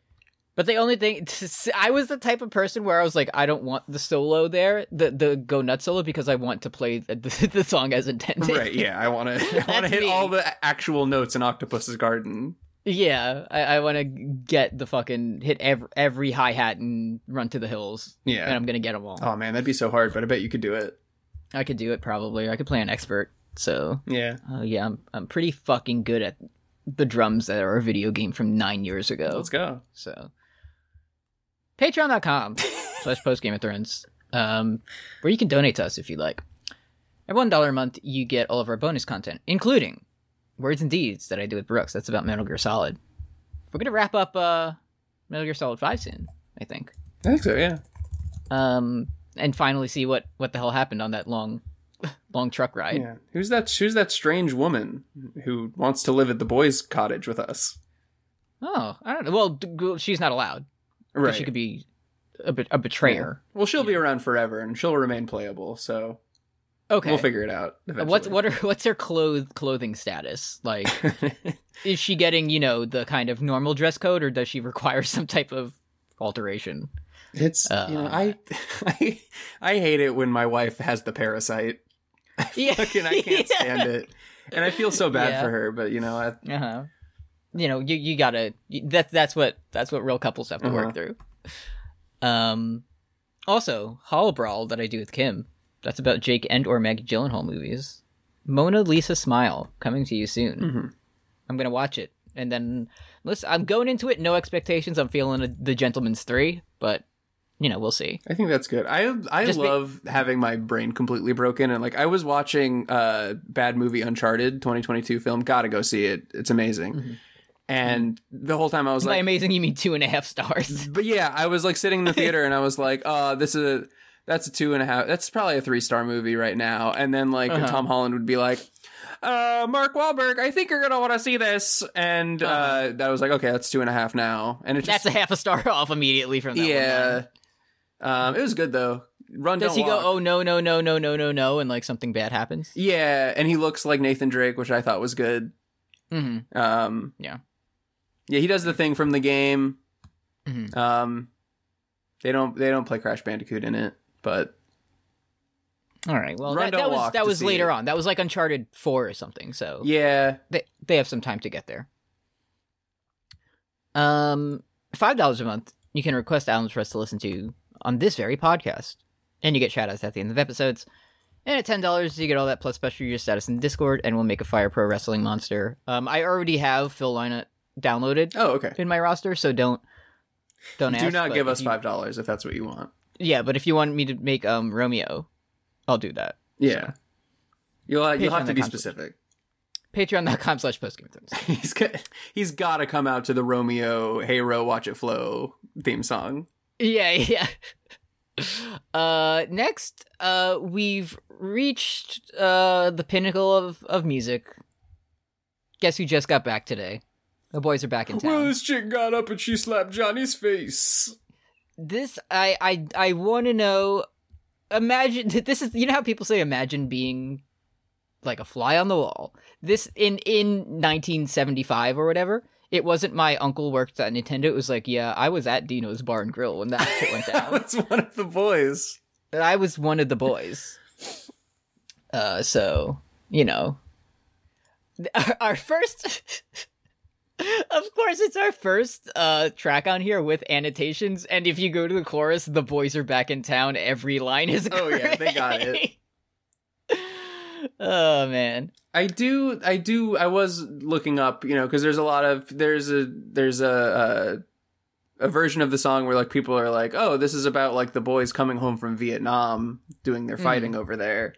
Speaker 2: But the only thing I was the type of person where I was like, I don't want the solo there, the the go nuts solo, because I want to play the, the, the song as intended.
Speaker 3: right yeah i want to i want to
Speaker 2: That's
Speaker 3: hit
Speaker 2: me.
Speaker 3: all the a- actual notes in octopus's garden
Speaker 2: Yeah, I, I want to get the fucking hit every, every hi hat and run to the hills, and
Speaker 3: yeah
Speaker 2: I'm gonna get them all.
Speaker 3: oh man that'd be so hard but i bet you could do it
Speaker 2: I could do it probably. I could play an expert. So
Speaker 3: yeah
Speaker 2: uh, yeah, I'm I'm pretty fucking good at the drums that are a video game from nine years ago.
Speaker 3: let's go
Speaker 2: So patreon.com slash post Game of Thrones. um, where you can donate to us if you like. At one dollar a month, you get all of our bonus content, including words and deeds that I do with Brooks. That's about Metal Gear Solid. We're gonna wrap up uh, Metal Gear Solid Five soon, I think.
Speaker 3: I think so. Yeah.
Speaker 2: Um, and finally see what what the hell happened on that long, long truck ride.
Speaker 3: Yeah. Who's that? Who's that strange woman who wants to live at the boys' cottage with us?
Speaker 2: Oh, I don't know. Well, d- g- she's not allowed. 'cause
Speaker 3: Right.
Speaker 2: She could be a, bet- a betrayer.
Speaker 3: well, she'll be around forever, and she'll remain playable. So
Speaker 2: Okay.
Speaker 3: we'll figure it out. Eventually.
Speaker 2: What's what are what's her cloth clothing status like? is she getting you know the kind of normal dress code, or does she require some type of alteration?
Speaker 3: It's you know
Speaker 2: Uh,
Speaker 3: I, I I hate it when my wife has the parasite.
Speaker 2: Yeah,
Speaker 3: Fucking I can't stand it, and I feel so bad
Speaker 2: Yeah.
Speaker 3: for her. But you know, I,
Speaker 2: Uh huh. You know, you you gotta you- that's that's what that's what real couples have to
Speaker 3: Uh-huh.
Speaker 2: work through. Um, also, Hall Brawl that I do with Kim. That's about Jake and or Maggie Gyllenhaal movies. Mona Lisa Smile coming to you soon. I'm gonna watch it, and then listen. I'm going into it no expectations. I'm feeling a, the Gentleman's Three, but you know we'll see.
Speaker 3: I think that's good. I I
Speaker 2: Just be-
Speaker 3: love having my brain completely broken and like I was watching uh bad movie Uncharted 2022 film. Got to go see it. It's amazing. And the whole time I was
Speaker 2: By
Speaker 3: like
Speaker 2: amazing, Mm-hmm. you mean two and a half stars.
Speaker 3: but yeah, I was like sitting in the theater and I was like, oh, this is a, that's a two and a half. That's probably a three star movie right now. And then like
Speaker 2: Uh-huh.
Speaker 3: Tom Holland would be like, uh, Mark Wahlberg, I think you're gonna want to see this. And uh that was like, okay, that's two and a half now. And it just
Speaker 2: Uh-huh. That's a half a star off immediately from that. one line.
Speaker 3: yeah, um, it was good though. Run
Speaker 2: Does
Speaker 3: Don't
Speaker 2: he
Speaker 3: Walk.
Speaker 2: go? Oh no no no no no no no, and like something bad happens.
Speaker 3: Yeah, and he looks like Nathan Drake, which I thought was good.
Speaker 2: hmm
Speaker 3: Um,
Speaker 2: Yeah.
Speaker 3: yeah, he does the thing from the game.
Speaker 2: Mhm.
Speaker 3: Um, they don't they don't play Crash Bandicoot in it, but
Speaker 2: All right. Well,
Speaker 3: Run,
Speaker 2: that,
Speaker 3: don't
Speaker 2: that was
Speaker 3: walk
Speaker 2: that
Speaker 3: to
Speaker 2: was
Speaker 3: see
Speaker 2: later
Speaker 3: it.
Speaker 2: on. That was like Uncharted Four or something. So
Speaker 3: yeah,
Speaker 2: they they have some time to get there. Um, five dollars a month, you can request albums for us to listen to on this very podcast, and you get shout outs at the end of episodes. And at ten dollars, you get all that plus special user status in Discord, and we'll make a Fire Pro Wrestling monster. Um, I already have Phil Lynott downloaded
Speaker 3: oh okay.
Speaker 2: in my roster, so don't don't ask,
Speaker 3: Do not
Speaker 2: but
Speaker 3: give
Speaker 2: if
Speaker 3: us
Speaker 2: you-
Speaker 3: five dollars if that's what you want.
Speaker 2: Yeah, but if you want me to make um Romeo, I'll do that.
Speaker 3: Yeah, you'll you'll have
Speaker 2: Patreon
Speaker 3: to be
Speaker 2: account.
Speaker 3: specific.
Speaker 2: Patreon.com slash postgame Thrones.
Speaker 3: He's got, he's got to come out to the Romeo Hey Ro Watch It Flow theme song.
Speaker 2: Yeah, yeah. Uh, next, uh, we've reached uh the pinnacle of of music. Guess who just got back today? The boys are back in town.
Speaker 3: chick got up and she slapped Johnny's face.
Speaker 2: This I I I want to know. Imagine this is you know how people say imagine being like a fly on the wall. This in in 1975 or whatever. It wasn't my uncle worked at Nintendo. It was like, yeah, I was at Dino's Bar and Grill when that shit went down.
Speaker 3: That's one of the boys.
Speaker 2: that I was one of the boys. Uh, so you know, Th- our, our first, of course, it's our first uh track on here with annotations. And if you go to the chorus, the boys are back in town. Every line is
Speaker 3: Oh, yeah, they got it.
Speaker 2: correct. oh man,
Speaker 3: I do, I do, I was looking up, you know, because there's a lot of there's a there's a, a a version of the song where like people are like, oh, this is about like the boys coming home from Vietnam doing
Speaker 2: Hmm.
Speaker 3: their fighting over there,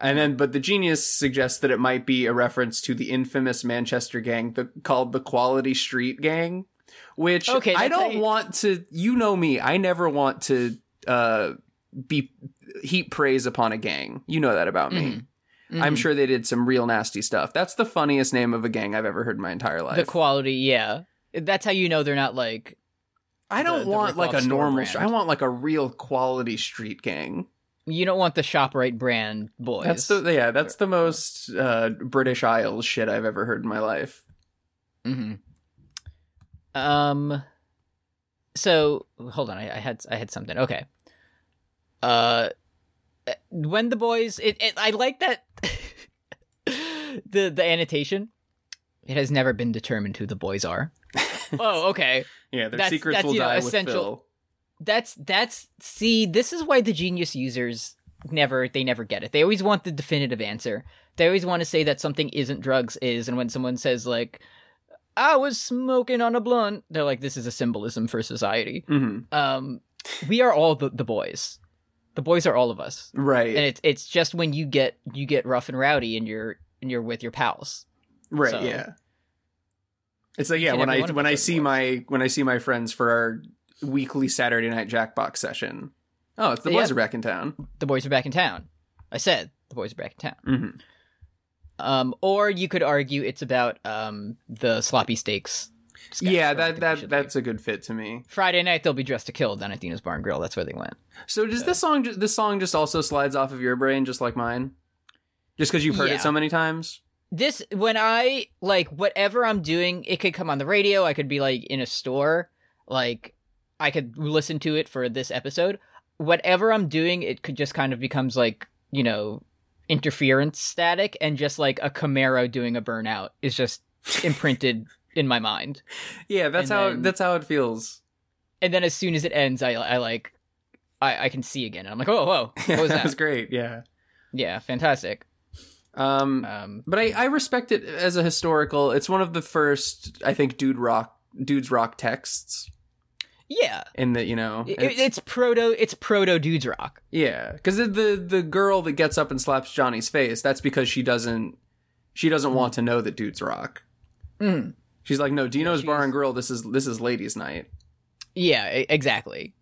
Speaker 3: and then but the genius suggests that it might be a reference to the infamous Manchester gang the, called the Quality Street Gang, which
Speaker 2: Okay,
Speaker 3: I
Speaker 2: that's how
Speaker 3: don't
Speaker 2: you-
Speaker 3: want to. You know me, I never want to uh be heap praise upon a gang. You know that about me. I'm
Speaker 2: Mhm.
Speaker 3: sure they did some real nasty stuff. That's the funniest name of a gang I've ever heard in my entire life.
Speaker 2: the quality. Yeah, that's how you know they're not like
Speaker 3: I don't
Speaker 2: the- the
Speaker 3: want like
Speaker 2: rip-off
Speaker 3: a
Speaker 2: store
Speaker 3: normal.
Speaker 2: brand.
Speaker 3: I want like a real quality street gang.
Speaker 2: you don't want the Shoprite brand boys.
Speaker 3: That's the yeah. That's the most uh, British Isles shit I've ever heard in my life.
Speaker 2: hmm Um. So hold on, I, I had I had something. Okay. Uh, when the boys, it, it I like that. the the annotation. It has never been determined who the boys are. oh, okay.
Speaker 3: Yeah, their
Speaker 2: That's-
Speaker 3: secrets
Speaker 2: that's,
Speaker 3: will
Speaker 2: you know,
Speaker 3: die
Speaker 2: essential-
Speaker 3: with Phil.
Speaker 2: That's that's see. This is why the genius users never they never get it. They always want the definitive answer. They always want to say that something isn't drugs is, and when someone says like, "I was smoking on a blunt,"
Speaker 3: Mm-hmm.
Speaker 2: they're like, "This is a symbolism for society."
Speaker 3: Mhm.
Speaker 2: Um, we are all the, the boys. The boys are all of us,
Speaker 3: Right.
Speaker 2: and it's it's just when you get you get rough and rowdy and you're and you're with your pals.
Speaker 3: right.
Speaker 2: so-
Speaker 3: yeah. It's like yeah
Speaker 2: and
Speaker 3: when
Speaker 2: every
Speaker 3: I
Speaker 2: one of
Speaker 3: when
Speaker 2: us
Speaker 3: I
Speaker 2: are
Speaker 3: see
Speaker 2: boys.
Speaker 3: my when I see my friends for our weekly Saturday night Jackbox session. Oh, it's the boys
Speaker 2: Yeah.
Speaker 3: are back in town.
Speaker 2: The boys are back in town. I said the boys are back in town.
Speaker 3: hmm
Speaker 2: Um, or you could argue it's about um the sloppy steaks. sketch
Speaker 3: Yeah,
Speaker 2: or
Speaker 3: that
Speaker 2: anything we
Speaker 3: that
Speaker 2: should
Speaker 3: that's a good fit to me.
Speaker 2: do. Friday night they'll be dressed to kill down at Dina's Bar and Grill. That's where they went.
Speaker 3: So does this song ju- this song just also slides off of your brain just like mine? Just because you've heard
Speaker 2: Yeah.
Speaker 3: it so many times?
Speaker 2: This when I like whatever I'm doing, it could come on the radio. I could be like in a store, like I could listen to it for this episode. Whatever I'm doing, it could just kind of becomes like you know interference static and just like a Camaro doing a burnout is just imprinted in my mind.
Speaker 3: Yeah, that's
Speaker 2: And
Speaker 3: how
Speaker 2: then-
Speaker 3: that's how it feels.
Speaker 2: and then as soon as it ends, I I like I, I can see again, and I'm like, oh, whoa, what was
Speaker 3: that
Speaker 2: that?
Speaker 3: was great. Yeah.
Speaker 2: yeah, fantastic.
Speaker 3: Um,
Speaker 2: Um,
Speaker 3: but I, I respect it as a historical. It's one of the first, I think, dude rock, dudes rock texts.
Speaker 2: yeah,
Speaker 3: In that you know,
Speaker 2: it, it's, proto it's proto dudes rock.
Speaker 3: yeah, because the, the the girl that gets up and slaps Johnny's face, that's because she doesn't she doesn't want to know that dudes rock.
Speaker 2: Mm.
Speaker 3: She's like, no, Dino's bar
Speaker 2: she's-
Speaker 3: and grill. This is this is ladies' night.
Speaker 2: Yeah, e- exactly.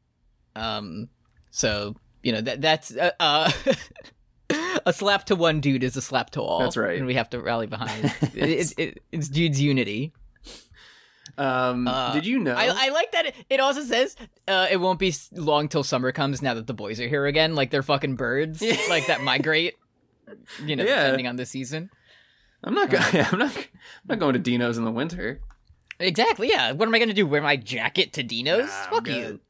Speaker 2: Um, so you know that that's uh, uh a slap to one dude is a slap to all.
Speaker 3: That's right.
Speaker 2: and we have to rally behind. it, it, it, it's dudes unity.
Speaker 3: Um,
Speaker 2: Uh,
Speaker 3: did you know?
Speaker 2: I, I like that. It, it also says uh, it won't be s- long till summer comes. Now that the boys are here again, like they're fucking birds,
Speaker 3: Yeah.
Speaker 2: like that migrate. You know,
Speaker 3: Yeah.
Speaker 2: depending on the season.
Speaker 3: I'm not going.
Speaker 2: Uh,
Speaker 3: I'm not. I'm not going to Dino's in the winter.
Speaker 2: Exactly. Yeah. What am I gonna do? Wear my jacket to Dino's?
Speaker 4: Nah, I'm
Speaker 2: Fuck
Speaker 4: good.
Speaker 2: you.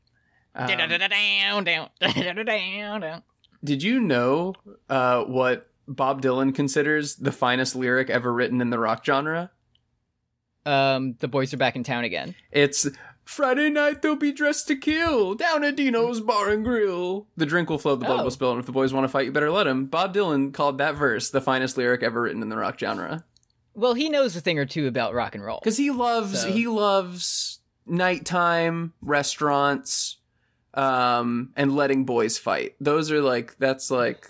Speaker 3: Um,
Speaker 2: Da-da-da-down, down, da-da-da-down, down.
Speaker 3: did you know uh, what Bob Dylan considers the finest lyric ever written in the rock genre?
Speaker 2: Um, the boys are back in town again.
Speaker 3: It's Friday night they'll be dressed to kill down at Dino's Bar and Grill. The drink will flow, the blood
Speaker 2: Oh.
Speaker 3: will spill, and if the boys want to fight, you better let them. Bob Dylan called that verse the finest lyric ever written in the rock genre
Speaker 2: Well, he knows a thing or two about rock and roll.
Speaker 3: because he loves
Speaker 2: So-
Speaker 3: he loves nighttime restaurants um and letting boys fight those are like that's like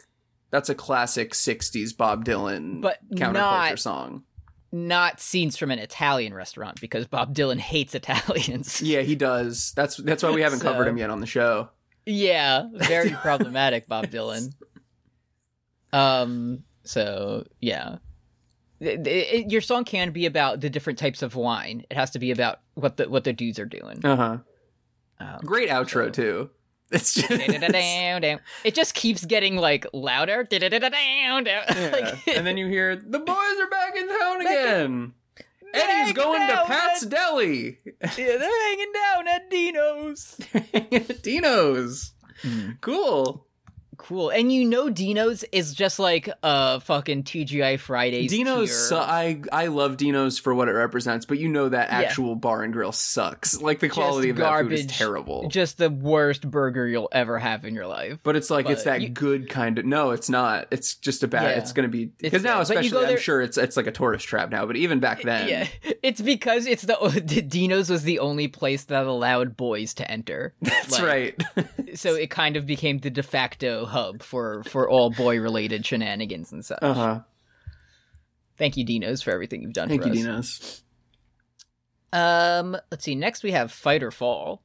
Speaker 3: that's a classic 60s bob dylan
Speaker 2: But
Speaker 3: counterculture
Speaker 2: not-
Speaker 3: song
Speaker 2: Not scenes from an Italian restaurant because Bob Dylan hates Italians.
Speaker 3: yeah he does that's that's why we haven't covered
Speaker 2: So-
Speaker 3: him yet on the show
Speaker 2: Yeah, very problematic, Bob Dylan. Um. So yeah, Th- th- it- your song can be about the different types of wine. It has to be about what the what the dudes are doing.
Speaker 3: uh-huh
Speaker 2: Um,
Speaker 3: great outro
Speaker 2: So-
Speaker 3: too it's just
Speaker 2: it just keeps getting like louder.
Speaker 3: Yeah. and then you hear the boys are back in town
Speaker 2: Back in-
Speaker 3: again eddie's going to pat's deli
Speaker 2: Yeah, they're hanging down at Dino's.
Speaker 3: dino's Hmm. cool
Speaker 2: Cool, and you know Dino's is just like a fucking TGI Fridays.
Speaker 3: Dino's,
Speaker 2: tier.
Speaker 3: su- I I love Dino's for what it represents, but you know that
Speaker 2: Yeah.
Speaker 3: actual bar and grill sucks. Like the
Speaker 2: Just
Speaker 3: quality of that food
Speaker 2: garbage.
Speaker 3: is terrible.
Speaker 2: just the worst burger you'll ever have in your life.
Speaker 3: but it's like it's
Speaker 2: but
Speaker 3: that
Speaker 2: you-
Speaker 3: good kind of. No, it's not. It's just a bad.
Speaker 2: Yeah.
Speaker 3: It's going to be because
Speaker 2: It's bad.
Speaker 3: now,
Speaker 2: But you
Speaker 3: especially,
Speaker 2: go
Speaker 3: I'm
Speaker 2: there-
Speaker 3: sure it's it's like a tourist trap now. But even back then,
Speaker 2: Yeah, it's because it's the Dino's was the only place that allowed boys to enter.
Speaker 3: that's
Speaker 2: Like,
Speaker 3: right.
Speaker 2: So it kind of became the de facto hub for for all boy related shenanigans and such.
Speaker 3: uh huh.
Speaker 2: Thank you, Dino's, for everything you've done
Speaker 3: Thank
Speaker 2: for
Speaker 3: you,
Speaker 2: us.
Speaker 3: Dino's.
Speaker 2: Um, let's see. Next we have Fight or Fall.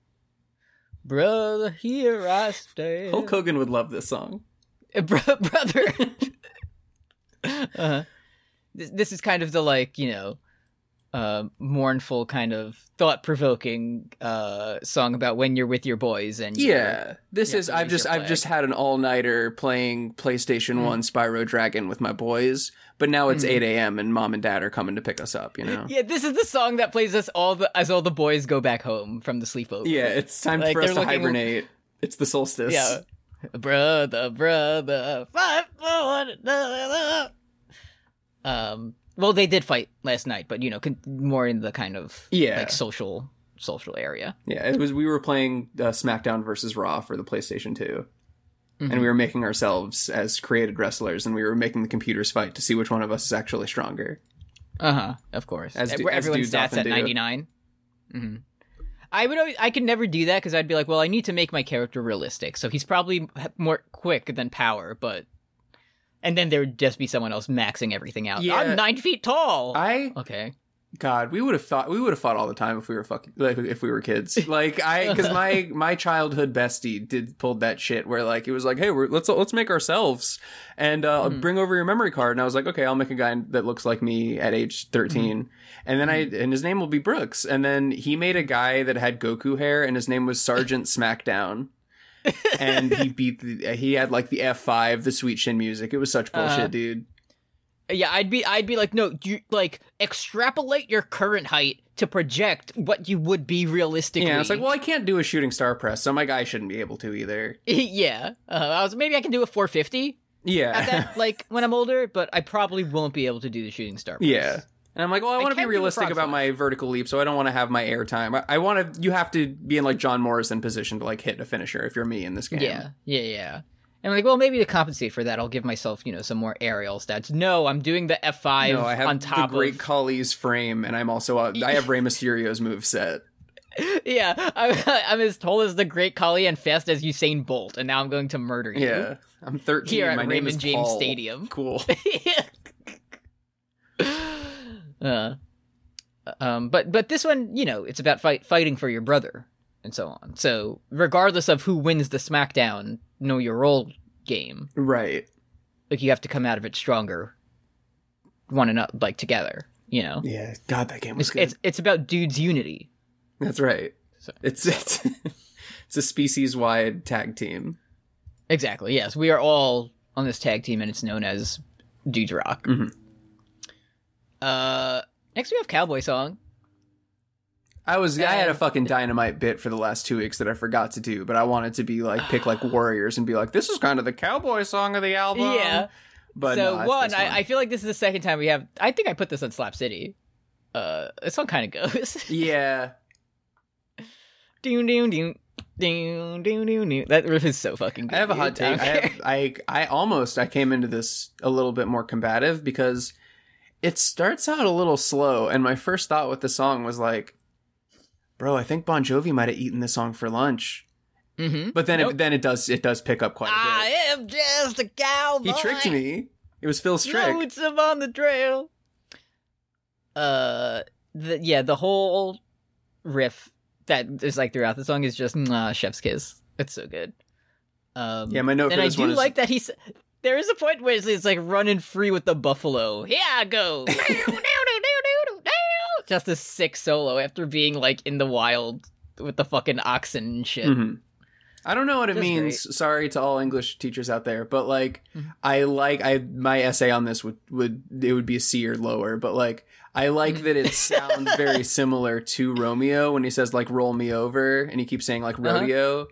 Speaker 2: Brother, here I stay.
Speaker 3: Hulk Hogan would love this song.
Speaker 2: Bro- brother. uh-huh. this, this is kind of the like you know, uh, mournful kind of thought provoking uh, song about when you're with your boys and you're-
Speaker 3: Yeah, this
Speaker 2: Yeah,
Speaker 3: is.
Speaker 2: so
Speaker 3: I've
Speaker 2: raise
Speaker 3: just
Speaker 2: your
Speaker 3: I've
Speaker 2: flag. Mm-hmm.
Speaker 3: just had an all nighter playing PlayStation One Spyro Dragon with my boys, but now it's
Speaker 2: Mhm.
Speaker 3: eight a.m. and mom and dad are coming to pick us up. You know.
Speaker 2: yeah. This is the song that plays us all the as all the boys go back home from the sleepover.
Speaker 3: Yeah, it's time
Speaker 2: Like,
Speaker 3: for us to
Speaker 2: they're looking-
Speaker 3: hibernate. It's the solstice.
Speaker 2: yeah. Brother, brother, fight for one another. Um. Well, they did fight last night, but you know, con- more in the kind of
Speaker 3: Yeah.
Speaker 2: like social social area.
Speaker 3: Yeah, it was we were playing uh, SmackDown versus Raw for the PlayStation 2.
Speaker 2: Mhm.
Speaker 3: And we were making ourselves as created wrestlers and we were making the computers fight to see which one of us is actually stronger.
Speaker 2: Uh huh. Of course.
Speaker 3: As
Speaker 2: As
Speaker 3: du-
Speaker 2: where
Speaker 3: as
Speaker 2: everyone
Speaker 3: dudes
Speaker 2: stats
Speaker 3: often
Speaker 2: at
Speaker 3: do.
Speaker 2: ninety nine. Mm-hmm. I would always, I could never do that because I'd be like, well, I need to make my character realistic. So he's probably h- more quick than power, but and then there would just be someone else maxing everything out.
Speaker 3: Yeah.
Speaker 2: I'm nine feet tall.
Speaker 3: I
Speaker 2: okay.
Speaker 3: God, we would have thought we would have fought all the time if we were fucking like if we were kids. Like I, because my my childhood bestie did pulled that shit where like it was like, hey, we're, let's let's make ourselves and uh,
Speaker 2: Mhm.
Speaker 3: bring over your memory card. And I was like, okay, I'll make a guy that looks like me at age 13 and then I and his name will be Brooks. And then he made a guy that had Goku hair, and his name was Sergeant Smackdown. and he beat the he had like the F five, the sweet shin music. It was such bullshit,
Speaker 2: Uh-huh.
Speaker 3: dude.
Speaker 2: Yeah, I'd be, I'd be like, no, you like extrapolate your current height to project what you would be realistically.
Speaker 3: Yeah, it's like, well, I can't do a shooting star press, so my guy shouldn't be able to either.
Speaker 2: yeah. Uh, I was maybe I can do a 450
Speaker 3: Yeah.
Speaker 2: at that, like when I'm older, but I probably won't be able to do the shooting star. press.
Speaker 3: Yeah. And I'm like, well,
Speaker 2: I
Speaker 3: I want to be
Speaker 2: can't do the
Speaker 3: realistic
Speaker 2: frog
Speaker 3: about my vertical leap, so I don't want to have my air time. I, I want to. You have to be in like John Morrison position to like hit a finisher if you're me in this game.
Speaker 2: Yeah, yeah, yeah. And like, well, maybe to compensate for that, I'll give myself, you know, some more aerial stats. No, I'm doing the F
Speaker 3: I,
Speaker 2: five
Speaker 3: no, I have
Speaker 2: on top
Speaker 3: the great
Speaker 2: of.
Speaker 3: Kali's frame, and I'm also uh, I have Rey Mysterio's move set.
Speaker 2: yeah, I'm, I'm as tall as the Great Collie and fast as Usain Bolt, and now I'm going to murder you.
Speaker 3: Yeah, I'm 13.
Speaker 2: Here at
Speaker 3: my name is
Speaker 2: Raymond James
Speaker 3: Paul.
Speaker 2: Stadium.
Speaker 3: Cool.
Speaker 2: uh, um, but but this one, you know, it's about fight fighting for your brother and so on. So regardless of who wins the SmackDown Know Your Role game,
Speaker 3: right.
Speaker 2: like you have to come out of it stronger, one and up, like together. You know,
Speaker 3: Yeah. God, that game was
Speaker 2: it's,
Speaker 3: good.
Speaker 2: it's it's about dudes unity.
Speaker 3: That's right.
Speaker 2: So-
Speaker 3: It's it's it's a species wide tag team.
Speaker 2: Exactly. Yes, we are all on this tag team, and it's known as Dudes Rock.
Speaker 3: Mhm.
Speaker 2: Uh, next we have Cowboy Song.
Speaker 3: I was I had a
Speaker 2: And-
Speaker 3: fucking dynamite bit for the last two weeks that I forgot to do, but I wanted to be like pick like Warriors and be like, this is kind of the cowboy song of the album.
Speaker 2: yeah.
Speaker 3: but
Speaker 2: so
Speaker 3: no, it's
Speaker 2: one,
Speaker 3: this
Speaker 2: I, I feel like this is the second time we have. I think I put this on Slap City. Uh, this one kind of goes.
Speaker 3: yeah,
Speaker 2: Doon doon doon doon doon doon doon. That riff is so fucking. good.
Speaker 3: I have a hot
Speaker 2: dude. don't
Speaker 3: take. I,
Speaker 2: care.
Speaker 3: have, I I almost I came into this a little bit more combative because it starts out a little slow, and my first thought with the song was like, bro, I think Bon Jovi might have eaten this song for lunch,
Speaker 2: Mhm.
Speaker 3: but then
Speaker 2: Nope.
Speaker 3: it then it does it does pick up quite a bit.
Speaker 2: I am just a cowboy.
Speaker 3: He tricked me. It was Phil's trick.
Speaker 2: Notes of on the trail. Uh, the, yeah, the whole riff that is like throughout the song is just mwah, chef's kiss. It's so good. Um,
Speaker 3: Yeah, my note
Speaker 2: and
Speaker 3: for
Speaker 2: I
Speaker 3: this
Speaker 2: do
Speaker 3: one is-
Speaker 2: like that he's. There is a point where it's, it's like running free with the buffalo. Here I go. just a sick solo after being like in the wild with the fucking oxen and shit.
Speaker 3: Mhm. I don't know what it
Speaker 2: That's
Speaker 3: means. Sorry to all English teachers out there, but like,
Speaker 2: Mhm.
Speaker 3: I like I my essay on this would would it would be a C or lower, but like I like that it
Speaker 2: Mm-hmm.
Speaker 3: sounds very similar to Romeo when he says like roll me over and he keeps saying like
Speaker 2: Uh-huh.
Speaker 3: rodeo.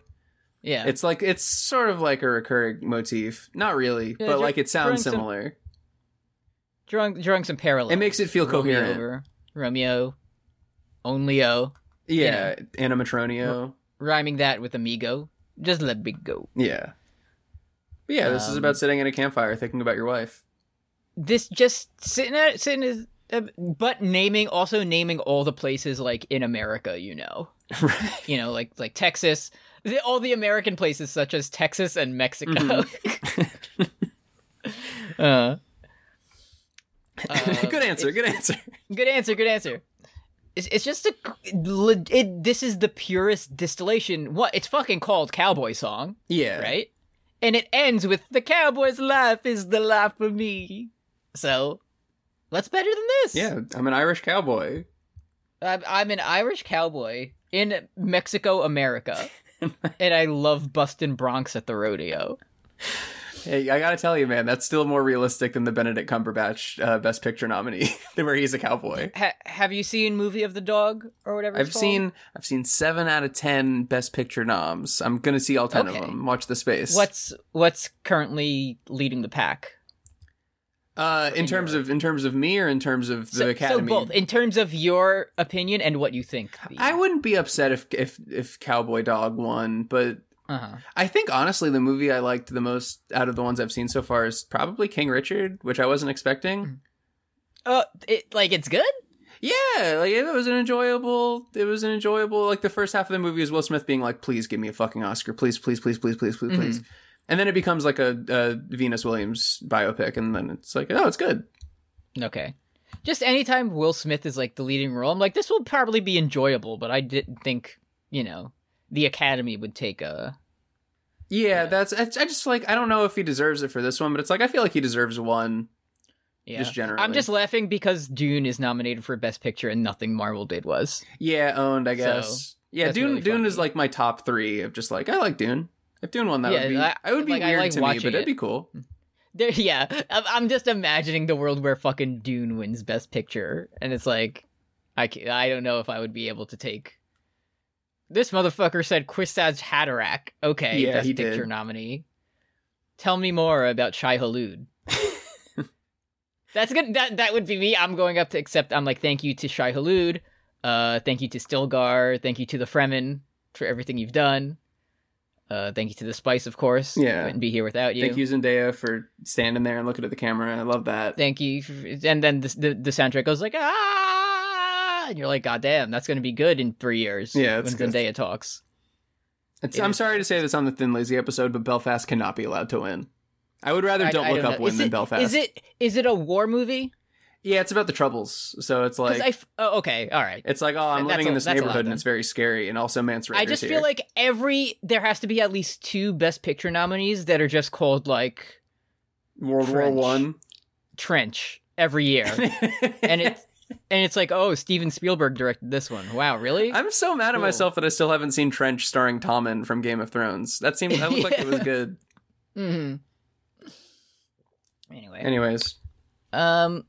Speaker 2: Yeah,
Speaker 3: It's like it's sort of like a recurring motif, not really,
Speaker 2: Yeah,
Speaker 3: but
Speaker 2: ju-
Speaker 3: like it sounds
Speaker 2: drawing some
Speaker 3: similar.
Speaker 2: drawing drawing some parallels.
Speaker 3: It makes it feel
Speaker 2: Romeo
Speaker 3: coherent.
Speaker 2: over Romeo, only O,
Speaker 3: yeah, animatronio.
Speaker 2: rhyming that with amigo. Just let me go.
Speaker 3: Yeah, but yeah, this is
Speaker 2: Um,
Speaker 3: about sitting at a campfire thinking about your wife.
Speaker 2: This just sitting at sitting is, uh, but naming also naming all the places like in America. You know,
Speaker 3: right.
Speaker 2: you know, like like Texas, the, all the American places such as Texas and Mexico.
Speaker 3: Mm-hmm.
Speaker 2: uh, um,
Speaker 3: good answer. Good answer.
Speaker 2: Good answer. Good answer. It's, it's just a le- it, this is the purest distillation. What it's fucking called cowboy song,
Speaker 3: Yeah.
Speaker 2: right? And it ends with the cowboy's life is the life for me. So, what's better than this?
Speaker 3: Yeah, I'm an Irish cowboy.
Speaker 2: I'm, I'm an Irish cowboy in Mexico, America, and I love busting Bronx at the rodeo.
Speaker 3: Hey, I gotta tell you, man, that's still more realistic than the Benedict Cumberbatch uh, Best Picture nominee, where he's a cowboy.
Speaker 2: Ha- have you seen movie of the dog or whatever? it's
Speaker 3: I've
Speaker 2: called?
Speaker 3: seen I've seen seven out of ten Best Picture noms. I'm gonna see all ten of
Speaker 2: Okay.
Speaker 3: them. Watch the space.
Speaker 2: what's what's currently leading the pack.
Speaker 3: uh, in
Speaker 2: in
Speaker 3: terms
Speaker 2: your-
Speaker 3: of in terms of me or in terms of the
Speaker 2: so,
Speaker 3: Academy?
Speaker 2: So both, in terms of your opinion and what you think. the-
Speaker 3: I wouldn't be upset if if if Cowboy Dog won, but
Speaker 2: uh-huh.
Speaker 3: I think honestly the movie I liked the most out of the ones I've seen so far is probably King Richard, which I wasn't expecting.
Speaker 2: Oh, it, Uh, like it's good.
Speaker 3: Yeah, like it was an enjoyable. It was an enjoyable. Like the first half of the movie is Will Smith being like, "Please give me a fucking Oscar, please, please, please, please, please, please, please."
Speaker 2: Mm-hmm.
Speaker 3: And then it becomes like a, a Venus Williams biopic, and then it's like, oh, it's good.
Speaker 2: Okay. Just anytime Will Smith is like the leading role, I'm like, this will probably be enjoyable, but I didn't think, you know, the Academy would take a.
Speaker 3: Yeah, that's. I, I just like I don't know if he deserves it for this one, but it's like I feel like he deserves one.
Speaker 2: Yeah.
Speaker 3: Just generally.
Speaker 2: I'm just laughing because Dune is nominated for Best Picture and nothing Marvel did was.
Speaker 3: Yeah, owned. I
Speaker 2: So,
Speaker 3: guess. yeah,
Speaker 2: that's
Speaker 3: Dune.
Speaker 2: really
Speaker 3: Dune is
Speaker 2: funny.
Speaker 3: like my top three of just like I like Dune. If Dune won, that
Speaker 2: Yeah,
Speaker 3: would be.
Speaker 2: I-
Speaker 3: I, would be
Speaker 2: like, I
Speaker 3: weird
Speaker 2: like
Speaker 3: to me, but
Speaker 2: watching
Speaker 3: it'd
Speaker 2: it.
Speaker 3: be cool.
Speaker 2: There, yeah, I'm- I'm just imagining the world where fucking Dune wins Best Picture, and it's like, I ca- I don't know if I would be able to take. This motherfucker said Quistaz Haderach. Okay,
Speaker 3: Yeah,
Speaker 2: Best
Speaker 3: he did.
Speaker 2: Picture nominee. Tell me more about Shai Hulud. That's good. That that would be me. I'm going up to accept. I'm like, thank you to Shai Hulud. Uh, thank you to Stilgar. Thank you to the Fremen for everything you've done. Uh, thank you to the Spice, of course.
Speaker 3: Yeah.
Speaker 2: wouldn't be here without you.
Speaker 3: Thank you, Zendaya, for standing there and looking at the camera. I love that.
Speaker 2: thank you f- and then the, the, the soundtrack goes like ah and you're like god damn that's gonna be good in three years
Speaker 3: Yeah, it's
Speaker 2: when
Speaker 3: good.
Speaker 2: zendaya talks
Speaker 3: It's,
Speaker 2: It
Speaker 3: I'm
Speaker 2: is-
Speaker 3: sorry to say this on the Thin Lazy episode, but Belfast cannot be allowed to win. I would rather
Speaker 2: I-
Speaker 3: don't
Speaker 2: I
Speaker 3: look up
Speaker 2: know.
Speaker 3: win
Speaker 2: Is
Speaker 3: than
Speaker 2: it-
Speaker 3: Belfast.
Speaker 2: is it is it a war movie
Speaker 3: Yeah, it's about the troubles. So it's
Speaker 2: 'Cause
Speaker 3: like
Speaker 2: I f- oh, okay all right
Speaker 3: it's like oh, I'm
Speaker 2: That's
Speaker 3: living in
Speaker 2: a-
Speaker 3: this
Speaker 2: that's a lot
Speaker 3: neighborhood and
Speaker 2: then.
Speaker 3: it's very scary, and also Mance
Speaker 2: i
Speaker 3: Rayder's
Speaker 2: just
Speaker 3: here.
Speaker 2: feel like every there has to be at least two best picture nominees that are just called like
Speaker 3: World
Speaker 2: French.
Speaker 3: War One.
Speaker 2: trench every year and it's and it's like oh steven spielberg directed this one wow really
Speaker 3: I'm so mad at
Speaker 2: Cool.
Speaker 3: myself that I still haven't seen Trench starring Tommen from Game of Thrones. That seemed that looked like it was good.
Speaker 2: hmm anyway
Speaker 3: Anyways,
Speaker 2: Um,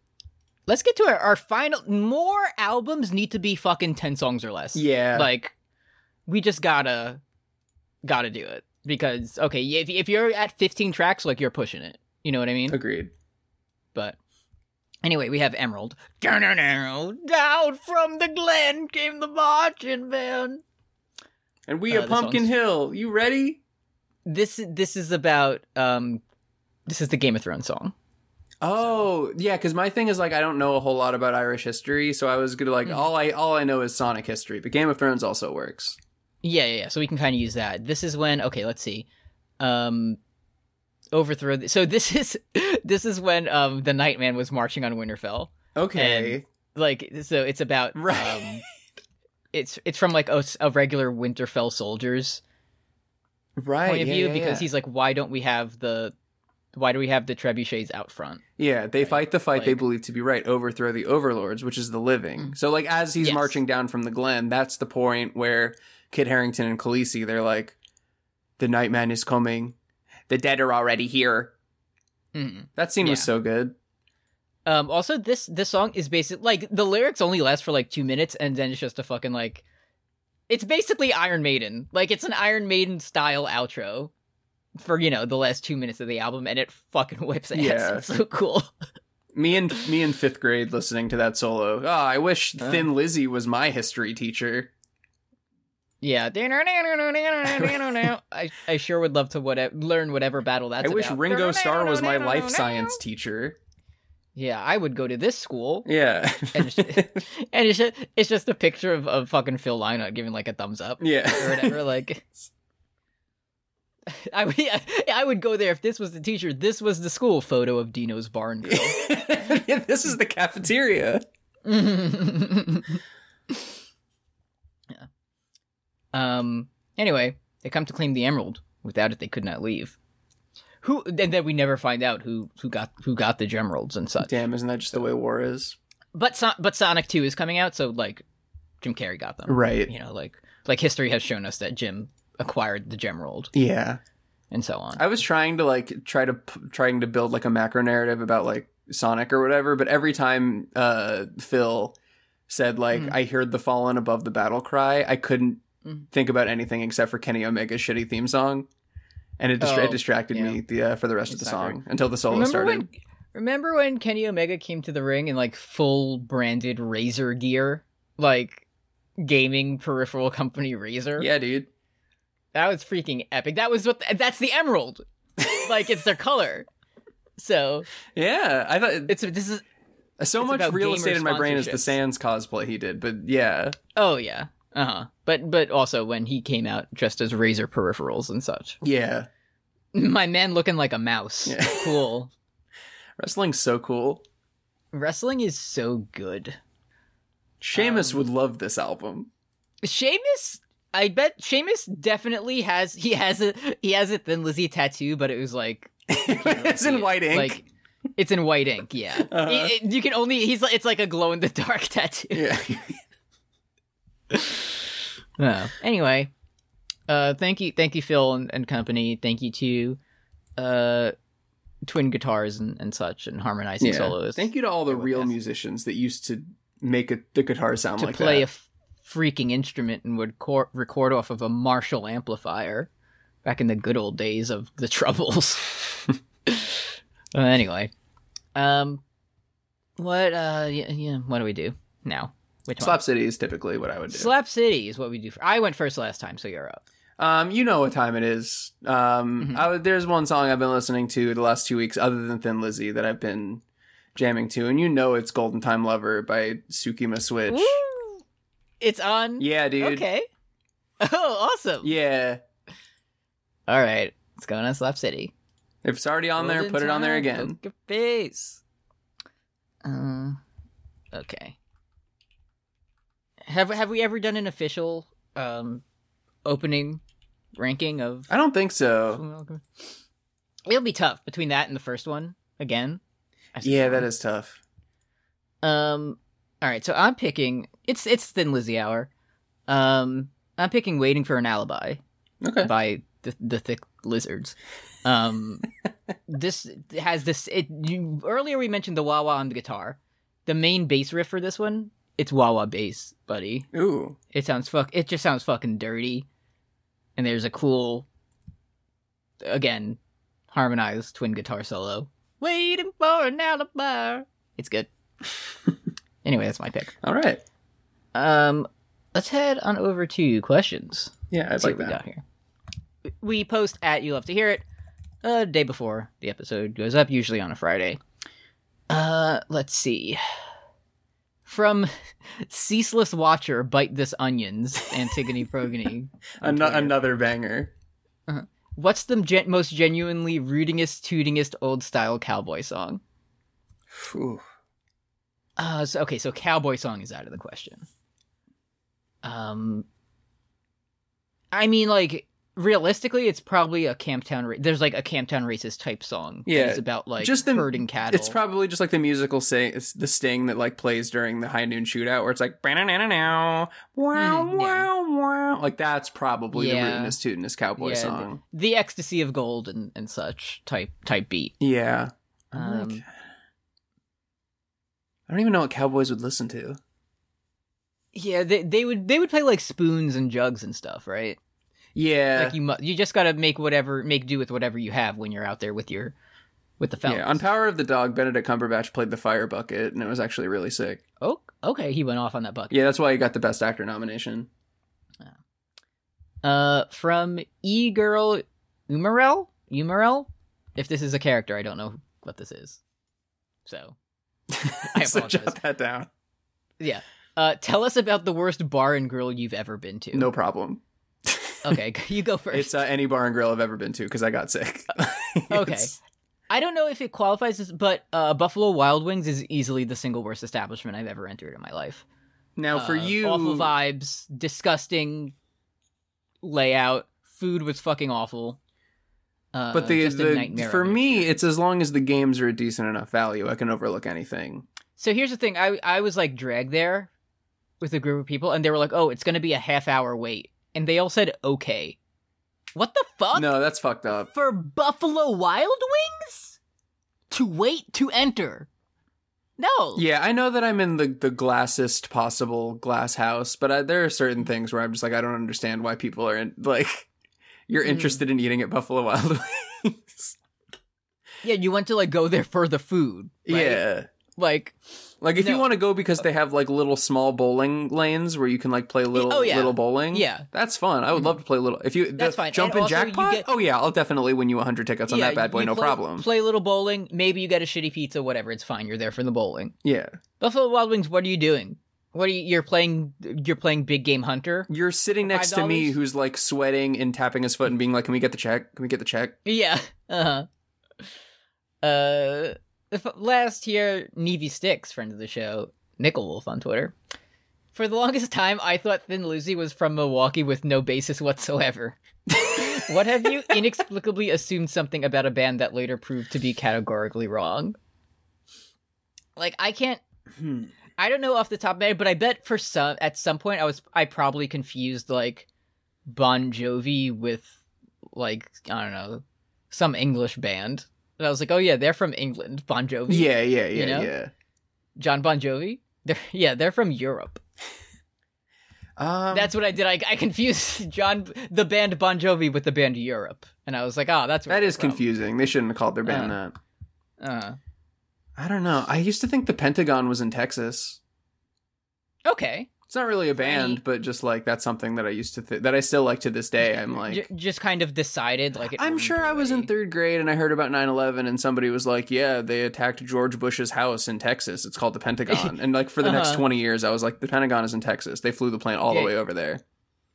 Speaker 2: let's get to our, our final. More albums need to be fucking ten songs or less.
Speaker 3: yeah,
Speaker 2: Like, we just gotta gotta do it because okay, if if you're at fifteen tracks, like you're pushing it. You know what I mean?
Speaker 3: agreed.
Speaker 2: But anyway, we have Emerald. Down from the glen came the marching band.
Speaker 3: And we
Speaker 2: Uh,
Speaker 3: at
Speaker 2: the
Speaker 3: Pumpkin
Speaker 2: songs.
Speaker 3: Hill. You ready?
Speaker 2: This this is about um, this is the Game of Thrones song.
Speaker 3: Oh yeah, because my thing is like I don't know a whole lot about Irish history, so I was gonna like all I all I know is Sonic history, but Game of Thrones also works.
Speaker 2: Yeah, yeah, yeah. So we can kind of use that. This is when okay, let's see. Um overthrow the, so this is this is when um the Nightman was marching on Winterfell.
Speaker 3: Okay,
Speaker 2: Like so it's about
Speaker 3: Right.
Speaker 2: um it's it's from like a, s- a regular Winterfell soldiers
Speaker 3: right.
Speaker 2: point of
Speaker 3: yeah,
Speaker 2: view
Speaker 3: yeah,
Speaker 2: because
Speaker 3: yeah.
Speaker 2: he's like why don't we have the why do we have the trebuchets out front?
Speaker 3: Yeah, they fight the fight they
Speaker 2: Like-
Speaker 3: believe to be right, overthrow the overlords, which is the living. So, like, as he's
Speaker 2: Yes.
Speaker 3: marching down from the glen, that's the point where Kid Harrington and Khaleesi, they're like, the Nightman is coming. The dead are already here.
Speaker 2: Mm.
Speaker 3: That scene was
Speaker 2: Yeah.
Speaker 3: so good.
Speaker 2: Um, also, this this song is basic. Like the lyrics only last for like two minutes, and then it's just a fucking like. It's basically Iron Maiden. Like it's an Iron Maiden style outro, for you know the last two minutes of the album, and it fucking whips ass.
Speaker 3: Yeah.
Speaker 2: It's so cool.
Speaker 3: Me and me in fifth grade listening to that solo. Oh, I wish
Speaker 2: Oh.
Speaker 3: Thin Lizzy was my history teacher.
Speaker 2: Yeah. I I sure would love to what learn whatever battle that's.
Speaker 3: I wish
Speaker 2: about.
Speaker 3: Ringo Starr was my life science teacher.
Speaker 2: Yeah, I would go to this school.
Speaker 3: Yeah.
Speaker 2: And it's just, and it's just, it's just a picture of, of fucking Phil Lynott giving like a thumbs up. or
Speaker 3: yeah.
Speaker 2: whatever. Like, I would, yeah, I would go there if this was the teacher. This was the school photo of Dino's barn girl.
Speaker 3: yeah. This is the cafeteria.
Speaker 2: yeah. Um. Anyway, they come to claim the emerald. Without it, they could not leave. Who? And then we never find out who who got who got the gemeralds and such.
Speaker 3: Damn, isn't that just the way war is?
Speaker 2: But so- but Sonic Two is coming out, so like Jim Carrey got them.
Speaker 3: Right.
Speaker 2: You know, like like history has shown us that Jim acquired the gemerald
Speaker 3: Yeah.
Speaker 2: and so on.
Speaker 3: I was trying to like try to p- trying to build like a macro narrative about like Sonic or whatever, but every time uh Phil said like
Speaker 2: Mhm.
Speaker 3: I heard the fallen above the battle cry, I couldn't
Speaker 2: Mhm.
Speaker 3: think about anything except for Kenny Omega's shitty theme song. And it, distra-
Speaker 2: Oh,
Speaker 3: it distracted
Speaker 2: yeah.
Speaker 3: me the uh, for the rest of the
Speaker 2: It's not
Speaker 3: song until the solo
Speaker 2: remember
Speaker 3: started.
Speaker 2: when remember when Kenny Omega came to the ring in like full branded Razor gear, like gaming peripheral company Razor?
Speaker 3: Yeah, dude.
Speaker 2: that was freaking epic. That was what that's the emerald, like it's their color. So
Speaker 3: Yeah, I thought
Speaker 2: it's this is
Speaker 3: So
Speaker 2: It's
Speaker 3: much
Speaker 2: about
Speaker 3: real
Speaker 2: gamer
Speaker 3: estate in my brain is the
Speaker 2: sponsorships.
Speaker 3: Sans cosplay he did, but yeah,
Speaker 2: Oh yeah. Uh huh. But but also when he came out dressed as razor peripherals and such.
Speaker 3: yeah.
Speaker 2: My man looking like a mouse.
Speaker 3: Yeah.
Speaker 2: Cool.
Speaker 3: Wrestling's so cool.
Speaker 2: Wrestling is so good.
Speaker 3: Seamus
Speaker 2: Um,
Speaker 3: would love this album.
Speaker 2: Seamus I bet Seamus definitely has he has a he has a thin Lizzy tattoo, but it was like
Speaker 3: it's in
Speaker 2: it-
Speaker 3: white ink.
Speaker 2: Like it's in white ink, yeah.
Speaker 3: Uh-huh.
Speaker 2: It- it- you can only he's like it's like a glow in the dark tattoo.
Speaker 3: yeah.
Speaker 2: Oh. Anyway, uh, thank you, thank you, Phil and, and company. Thank you to uh, Twin Guitars and, and such, and harmonizing solos.
Speaker 3: Thank you to all the
Speaker 2: It would
Speaker 3: real
Speaker 2: pass.
Speaker 3: musicians that used to make a, the guitar sound
Speaker 2: to
Speaker 3: like
Speaker 2: play a
Speaker 3: that.
Speaker 2: f- freaking instrument and would cor- record off of a Marshall amplifier back in the good old days of the Troubles. Uh, anyway, um, what uh, yeah, yeah, what do we do now? Which
Speaker 3: Slap City is typically what I would
Speaker 2: one?
Speaker 3: do.
Speaker 2: Slap City is what we do. For- I went first last time, so you're up.
Speaker 3: um, you know what time it is. Um,
Speaker 2: Mhm.
Speaker 3: I would- there's one song I've been listening to the last two weeks, other than Thin Lizzy, that I've been jamming to, and you know it's "Golden Time Lover" by Tsukima Switch.
Speaker 2: Woo! It's on.
Speaker 3: Yeah, dude.
Speaker 2: Okay. Oh, awesome.
Speaker 3: Yeah.
Speaker 2: All right. Let's go on Slap City.
Speaker 3: If it's already on there,
Speaker 2: Golden
Speaker 3: put it on there
Speaker 2: time,
Speaker 3: again.
Speaker 2: poker face. Uh, okay. Have have we ever done an official um opening ranking of
Speaker 3: I don't think so.
Speaker 2: It'll be tough between that and the first one again. I
Speaker 3: Yeah, that
Speaker 2: suppose.
Speaker 3: is tough.
Speaker 2: Um. All right, so I'm picking. It's it's Thin Lizzy hour. Um, I'm picking "Waiting for an Alibi"
Speaker 3: Okay.
Speaker 2: by the the Thick Lizards. Um, this has this. It you, earlier we mentioned the wah wah on the guitar. The main bass riff for this one, it's wah wah bass, buddy.
Speaker 3: Ooh.
Speaker 2: It sounds fuck. It just sounds fucking dirty. And there's a cool, again, harmonized twin guitar solo. Waiting for an alibi. It's good. anyway, that's my pick.
Speaker 3: All right.
Speaker 2: Um, let's head on over to questions.
Speaker 3: Yeah, I
Speaker 2: Let's see
Speaker 3: like
Speaker 2: what we got
Speaker 3: that.
Speaker 2: here. We post at you love to hear it a day before the episode goes up, usually on a Friday. Uh, let's see. From ceaseless watcher, bite this onions, Antigone Progony. on
Speaker 3: An-
Speaker 2: Twitter.
Speaker 3: another banger.
Speaker 2: What's the gen- most genuinely rootingest, tootingest old style cowboy song?
Speaker 3: Ooh.
Speaker 2: Uh, so, okay, so cowboy song is out of the question. Um, I mean, like realistically, it's probably a Camptown. Ra- there's like a Camptown racist type song. that
Speaker 3: Yeah,
Speaker 2: is about like
Speaker 3: just
Speaker 2: just
Speaker 3: the-
Speaker 2: herding cattle.
Speaker 3: It's probably just like the musical say it's the sting that like plays during the high noon shootout where it's like now wow
Speaker 2: Mm, Hmm, yeah.
Speaker 3: wow wow like that's probably
Speaker 2: Yeah.
Speaker 3: the rootinous tootinous cowboy
Speaker 2: Yeah,
Speaker 3: song.
Speaker 2: the ecstasy of gold and, and such type type beat.
Speaker 3: yeah. I'm
Speaker 2: Um,
Speaker 3: like, I don't even know what cowboys would listen to.
Speaker 2: yeah, they they would they would play like spoons and jugs and stuff, right?
Speaker 3: Yeah.
Speaker 2: Like you mu- you just gotta make whatever make do with whatever you have when you're out there with your with the fellas.
Speaker 3: yeah. On Power of the Dog, Benedict Cumberbatch played the fire bucket and it was actually really sick.
Speaker 2: oh, okay, he went off on that bucket.
Speaker 3: Yeah, that's why he got the best actor nomination.
Speaker 2: Uh, from E Girl Umarel? Umarel? If this is a character, I don't know what this is. So, I
Speaker 3: so jot
Speaker 2: apologize.
Speaker 3: that down.
Speaker 2: yeah. Uh, tell us about the worst bar and grill you've ever been to.
Speaker 3: No problem.
Speaker 2: Okay, you go first.
Speaker 3: It's uh, any bar and grill I've ever been to because I got sick. It's-
Speaker 2: I don't know if it qualifies, as, but uh, Buffalo Wild Wings is easily the single worst establishment I've ever entered in my life.
Speaker 3: Now for
Speaker 2: Uh,
Speaker 3: you,
Speaker 2: awful vibes, disgusting layout, food was fucking awful. Uh,
Speaker 3: but the,
Speaker 2: just a
Speaker 3: the
Speaker 2: nightmare
Speaker 3: for
Speaker 2: of an
Speaker 3: me, it's as long as the games are a decent enough value, I can overlook anything.
Speaker 2: So here's the thing. I I was like dragged there with a group of people, and they were like, "Oh, it's gonna be a half hour wait," and they all said, "Okay." What the fuck?
Speaker 3: No, that's fucked up.
Speaker 2: For Buffalo Wild Wings to wait to enter? No.
Speaker 3: Yeah, I know that I'm in the the glassest possible glass house, but I, there are certain things where I'm just like, I don't understand why people are in, like, you're
Speaker 2: Mm.
Speaker 3: interested in eating at Buffalo Wild Wings.
Speaker 2: Yeah, you went to like go there for the food. right?
Speaker 3: Yeah,
Speaker 2: Like,
Speaker 3: Like if you
Speaker 2: No.
Speaker 3: want to go because they have like little small bowling lanes where you can like play little
Speaker 2: oh, yeah.
Speaker 3: little bowling.
Speaker 2: Yeah. Mm-hmm.
Speaker 3: That's fun. I would love to play little. If you
Speaker 2: That's
Speaker 3: the
Speaker 2: fine.
Speaker 3: Jump
Speaker 2: And
Speaker 3: in
Speaker 2: also you
Speaker 3: jackpot.
Speaker 2: get-
Speaker 3: oh yeah, I'll definitely win you 100 tickets on
Speaker 2: yeah,
Speaker 3: that bad boy.
Speaker 2: you
Speaker 3: No
Speaker 2: play-
Speaker 3: problem.
Speaker 2: Play little bowling. Maybe you get a shitty pizza. Whatever. It's fine. You're there for the bowling.
Speaker 3: yeah.
Speaker 2: Buffalo Wild Wings. What are you doing? What are you? You're playing. You're playing big game hunter.
Speaker 3: You're sitting next to me
Speaker 2: $5?
Speaker 3: who's like sweating and tapping his foot and being like, "Can we get the check? Can we get the check?"
Speaker 2: Yeah. Uh huh. Uh, if- last year, Nevy Sticks, friend of the show, Nickel Wolf on Twitter. For the longest time, I thought Thin Lizzy was from Milwaukee with no basis whatsoever. what have you inexplicably assumed something about a band that later proved to be categorically wrong? Like I can't.
Speaker 3: Hmm.
Speaker 2: I don't know off the top of my head, but I bet for some at some point I was I probably confused like Bon Jovi with like I don't know some English band. And I was like, oh yeah, they're from England. Bon Jovi,
Speaker 3: Yeah, yeah, yeah,
Speaker 2: You know?
Speaker 3: yeah.
Speaker 2: John Bon Jovi. They're yeah, they're from Europe.
Speaker 3: Um,
Speaker 2: That's what I did. I, I confused John the band Bon Jovi with the band Europe, and I was like, oh, that's where
Speaker 3: that
Speaker 2: they're
Speaker 3: is
Speaker 2: from."
Speaker 3: confusing. They shouldn't have called their band that.
Speaker 2: Uh,
Speaker 3: I don't know. I used to think the Pentagon was in Texas.
Speaker 2: okay,
Speaker 3: It's not really a band,
Speaker 2: Funny.
Speaker 3: but just like that's something that I used to th- that I still like to this day. I'm like,
Speaker 2: J- just kind of decided like it
Speaker 3: I'm sure I was in
Speaker 2: third.
Speaker 3: third grade and I heard about 9/11 and somebody was like, "Yeah, they attacked George Bush's house in Texas. It's called the Pentagon." And like for the next
Speaker 2: Uh-huh.
Speaker 3: 20 years, I was like, "The Pentagon is in Texas. They flew the plane all the
Speaker 2: Yeah.
Speaker 3: way over there."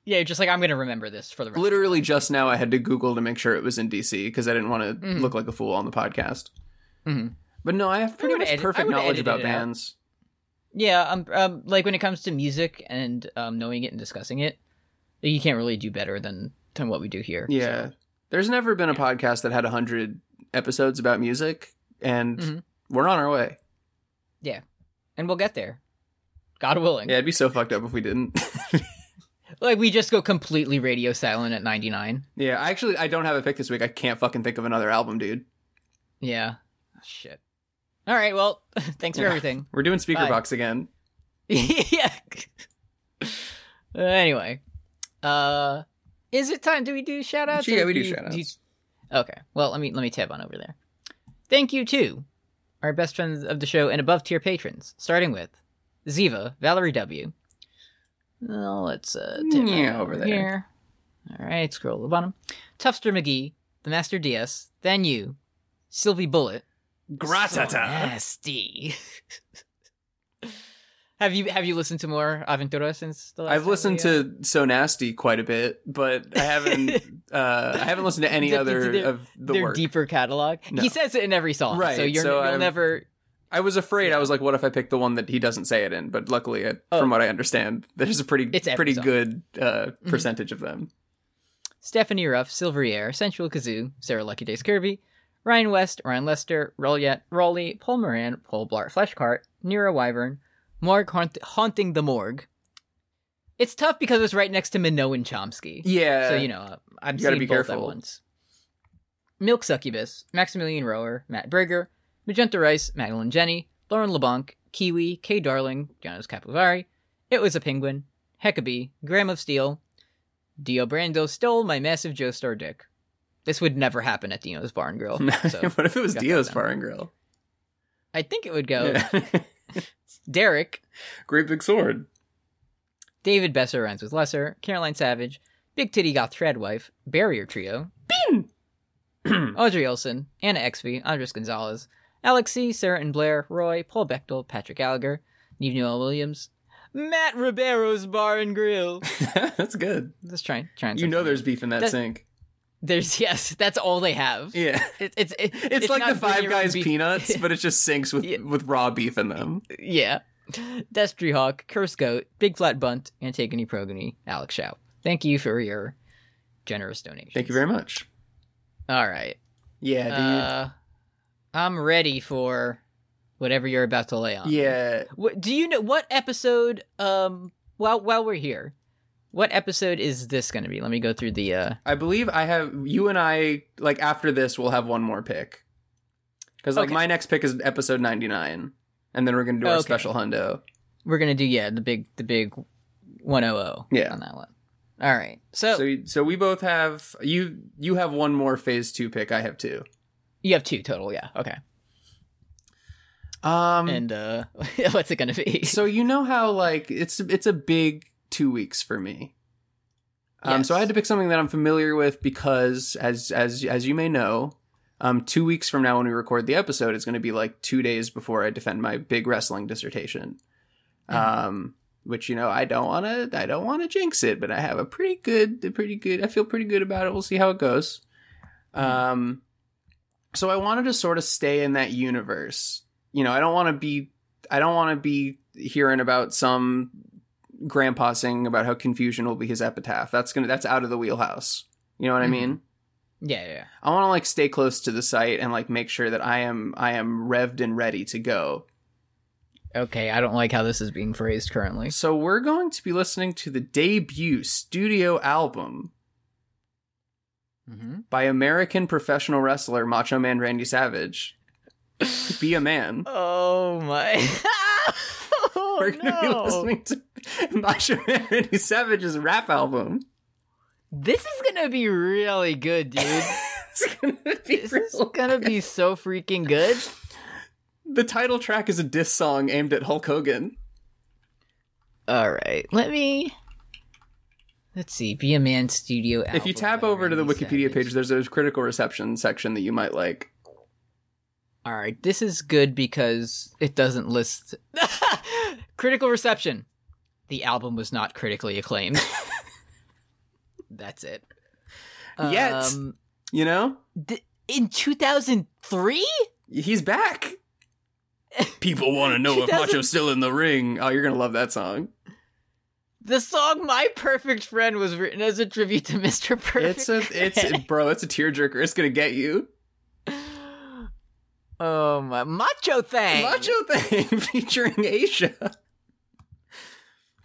Speaker 2: yeah, just like I'm gonna remember this for the rest.
Speaker 3: Literally just now I had to Google to make sure it was in DC because I didn't want to
Speaker 2: Mhm.
Speaker 3: look like a fool on the podcast.
Speaker 2: Mhm.
Speaker 3: But no, I have pretty
Speaker 2: would've
Speaker 3: much
Speaker 2: edit- I
Speaker 3: perfect
Speaker 2: would've
Speaker 3: knowledge about
Speaker 2: edited it out.
Speaker 3: bands.
Speaker 2: Yeah, um, um, like when it comes to music and um, knowing it and discussing it, you can't really do better than than what we do here. so.
Speaker 3: Yeah. There's never been a podcast that had 100 episodes about music and
Speaker 2: Mhm.
Speaker 3: we're on our way.
Speaker 2: and we'll get there, God willing.
Speaker 3: Yeah, it'd be so fucked up if we didn't.
Speaker 2: Like we just go completely radio silent at ninety nine.
Speaker 3: yeah, I actually I don't have a pick this week. I can't fucking think of another album, dude.
Speaker 2: Yeah, shit. All right, well, thanks for
Speaker 3: Yeah.
Speaker 2: everything.
Speaker 3: We're doing speaker
Speaker 2: Bye.
Speaker 3: box again.
Speaker 2: yeah. Uh, anyway, uh, is it time? Do we do shout outs?
Speaker 3: Yeah, we do shout-outs.
Speaker 2: Okay. Well, let me let me tab on over there. Thank you to our best friends of the show and above tier patrons, starting with Ziva, Valerie W. Well, let's uh, tab
Speaker 3: Yeah,
Speaker 2: on
Speaker 3: over there.
Speaker 2: Here. All right, scroll to the bottom. Tufster McGee, the Master DS, then you, Sylvie Bullet. So
Speaker 4: Gratata.
Speaker 2: nasty. have you have you listened to more Aventura since the last?
Speaker 3: I've
Speaker 2: time
Speaker 3: listened
Speaker 2: we, uh,
Speaker 3: to So Nasty quite a bit, but I haven't uh I haven't listened to any
Speaker 2: Dipped
Speaker 3: other
Speaker 2: into their-
Speaker 3: of the
Speaker 2: their
Speaker 3: work.
Speaker 2: deeper catalog.
Speaker 3: No.
Speaker 2: He says it in every song,
Speaker 3: Right,
Speaker 2: So you're
Speaker 3: so
Speaker 2: you'll
Speaker 3: I'm-
Speaker 2: never.
Speaker 3: I was afraid. I was like, what if I pick the one that he doesn't say it in? But luckily, it,
Speaker 2: Oh.
Speaker 3: from what I understand, there's a pretty
Speaker 2: It's every
Speaker 3: pretty
Speaker 2: song. Mm-hmm.
Speaker 3: good uh percentage of them.
Speaker 2: Stephanie Ruff, Silverier, Sensual Kazoo, Sarah Lucky Days Kirby, Ryan West, Ryan Lester, Rolyet, Rowley, Paul Moran, Paul Blart, Fleshcart, Nero Wyvern, Morgue Haunt- Haunting the Morgue. It's tough because it's right next to Minoan Chomsky.
Speaker 3: Yeah.
Speaker 2: So you know, uh, I'm
Speaker 3: You gotta
Speaker 2: seeing
Speaker 3: be
Speaker 2: both at
Speaker 3: careful.
Speaker 2: once. Milk Succubus, Maximilian Rower, Matt Berger, Magenta Rice, Madeline Jenny, Lauren LeBlanc, Kiwi, Kay Darling, Jonas Capivari, It Was a Penguin, Heckabee, Graham of Steel, Dio Brando stole my massive Joe Star dick. This would never happen at Dino's Barn Grill. So
Speaker 3: what if it was
Speaker 2: got that
Speaker 3: Dio's
Speaker 2: down.
Speaker 3: Bar and Grill?
Speaker 2: I think it would go Oh.
Speaker 3: Yeah.
Speaker 2: Derek,
Speaker 3: Great big sword.
Speaker 2: David Besser rhymes with Lesser, Caroline Savage, Big Titty Goth Threadwife, Barrier Trio, Bean, Audrey Olson, Anna Exby, Andres Gonzalez, Alex C, Sarah and Blair, Roy, Paul Bechtel, Patrick Gallagher, Neve Newell Williams, Matt Ribeiro's Bar and Grill.
Speaker 3: That's good.
Speaker 2: Let's try, try and
Speaker 3: You know there's
Speaker 2: something.
Speaker 3: beef in that
Speaker 2: That-
Speaker 3: sink.
Speaker 2: there's yes, that's all they have.
Speaker 3: Yeah.
Speaker 2: It, it's it-
Speaker 3: It's, like
Speaker 2: not
Speaker 3: the
Speaker 2: bring
Speaker 3: Five
Speaker 2: your own
Speaker 3: Guys
Speaker 2: beef-
Speaker 3: peanuts, but it's just sinks with
Speaker 2: Yeah.
Speaker 3: with raw beef in them.
Speaker 2: yeah, Destry Hawk, Curse Goat, Big Flat Bunt, Antigone Progony, Alex Shout. Thank you for your generous donation.
Speaker 3: Thank you very much.
Speaker 2: All right.
Speaker 3: Yeah, dude.
Speaker 2: Uh, I'm ready for whatever you're about to lay on.
Speaker 3: yeah.
Speaker 2: What, do you know what episode? Um. While while we're here, what episode is this going to be? Let me go through the. uh
Speaker 3: I believe I have you and I like after this we'll have one more pick. Cuz like
Speaker 2: Okay.
Speaker 3: my next pick is episode 99 and then we're going to do our
Speaker 2: Okay.
Speaker 3: special hundo.
Speaker 2: We're gonna do yeah the big the big, one oh oh
Speaker 3: Yeah.
Speaker 2: on that one. All right. So,
Speaker 3: So so we both have you you have one more phase 2 pick, I have two.
Speaker 2: you have two total. Yeah. Okay.
Speaker 3: Um,
Speaker 2: and uh, what's it gonna be?
Speaker 3: so you know how like it's it's a big two weeks for me. Um, So I
Speaker 2: Yes.
Speaker 3: had to pick something that I'm familiar with because, as as as you may know, um, two weeks from now when we record the episode, it's going to be like two days before I defend my big wrestling dissertation. Um, which you know I don't want to I don't want to jinx it, but I have a pretty good a pretty good I feel pretty good about it. We'll see how it goes. Um, so I wanted to sort of stay in that universe. You know, I don't want to be I don't want to be hearing about some grandpa singing about how confusion will be his epitaph. That's gonna that's out of the wheelhouse. You know what
Speaker 2: Mhm.
Speaker 3: I mean?
Speaker 2: yeah, yeah, yeah.
Speaker 3: I want to like stay close to the site and like make sure that I am I am revved and ready to go.
Speaker 2: Okay, I don't like how this is being phrased currently.
Speaker 3: So we're going to be listening to the debut studio album
Speaker 2: Mm-hmm.
Speaker 3: by American professional wrestler Macho Man Randy Savage. Be a man.
Speaker 2: Oh my! oh,
Speaker 3: We're going to
Speaker 2: no.
Speaker 3: be listening to Macho Man Randy Savage's rap album.
Speaker 2: This is gonna be really good, dude.
Speaker 3: It's going to be
Speaker 2: this is
Speaker 3: real-
Speaker 2: gonna be so freaking good.
Speaker 3: the title track is a diss song aimed at Hulk Hogan.
Speaker 2: All right, let me. Let's see. Be a man studio.
Speaker 3: if you tap over to the Wikipedia page, there's a critical reception section that you might like.
Speaker 2: All right, this is good because it doesn't list critical reception. The album was not critically acclaimed. That's it.
Speaker 3: Yet.
Speaker 2: Um,
Speaker 3: You know?
Speaker 2: d- in 2003?
Speaker 3: He's back. People want to know
Speaker 2: She
Speaker 3: if Macho's
Speaker 2: doesn't-
Speaker 3: still in the ring. Oh, you're going to love that song.
Speaker 2: The song My Perfect Friend was written as a tribute to Mr. Perfect.
Speaker 3: It's a, it's, bro, it's a tearjerker. It's going to get you.
Speaker 2: oh, my. Macho thing.
Speaker 3: Macho Thing featuring Aisha.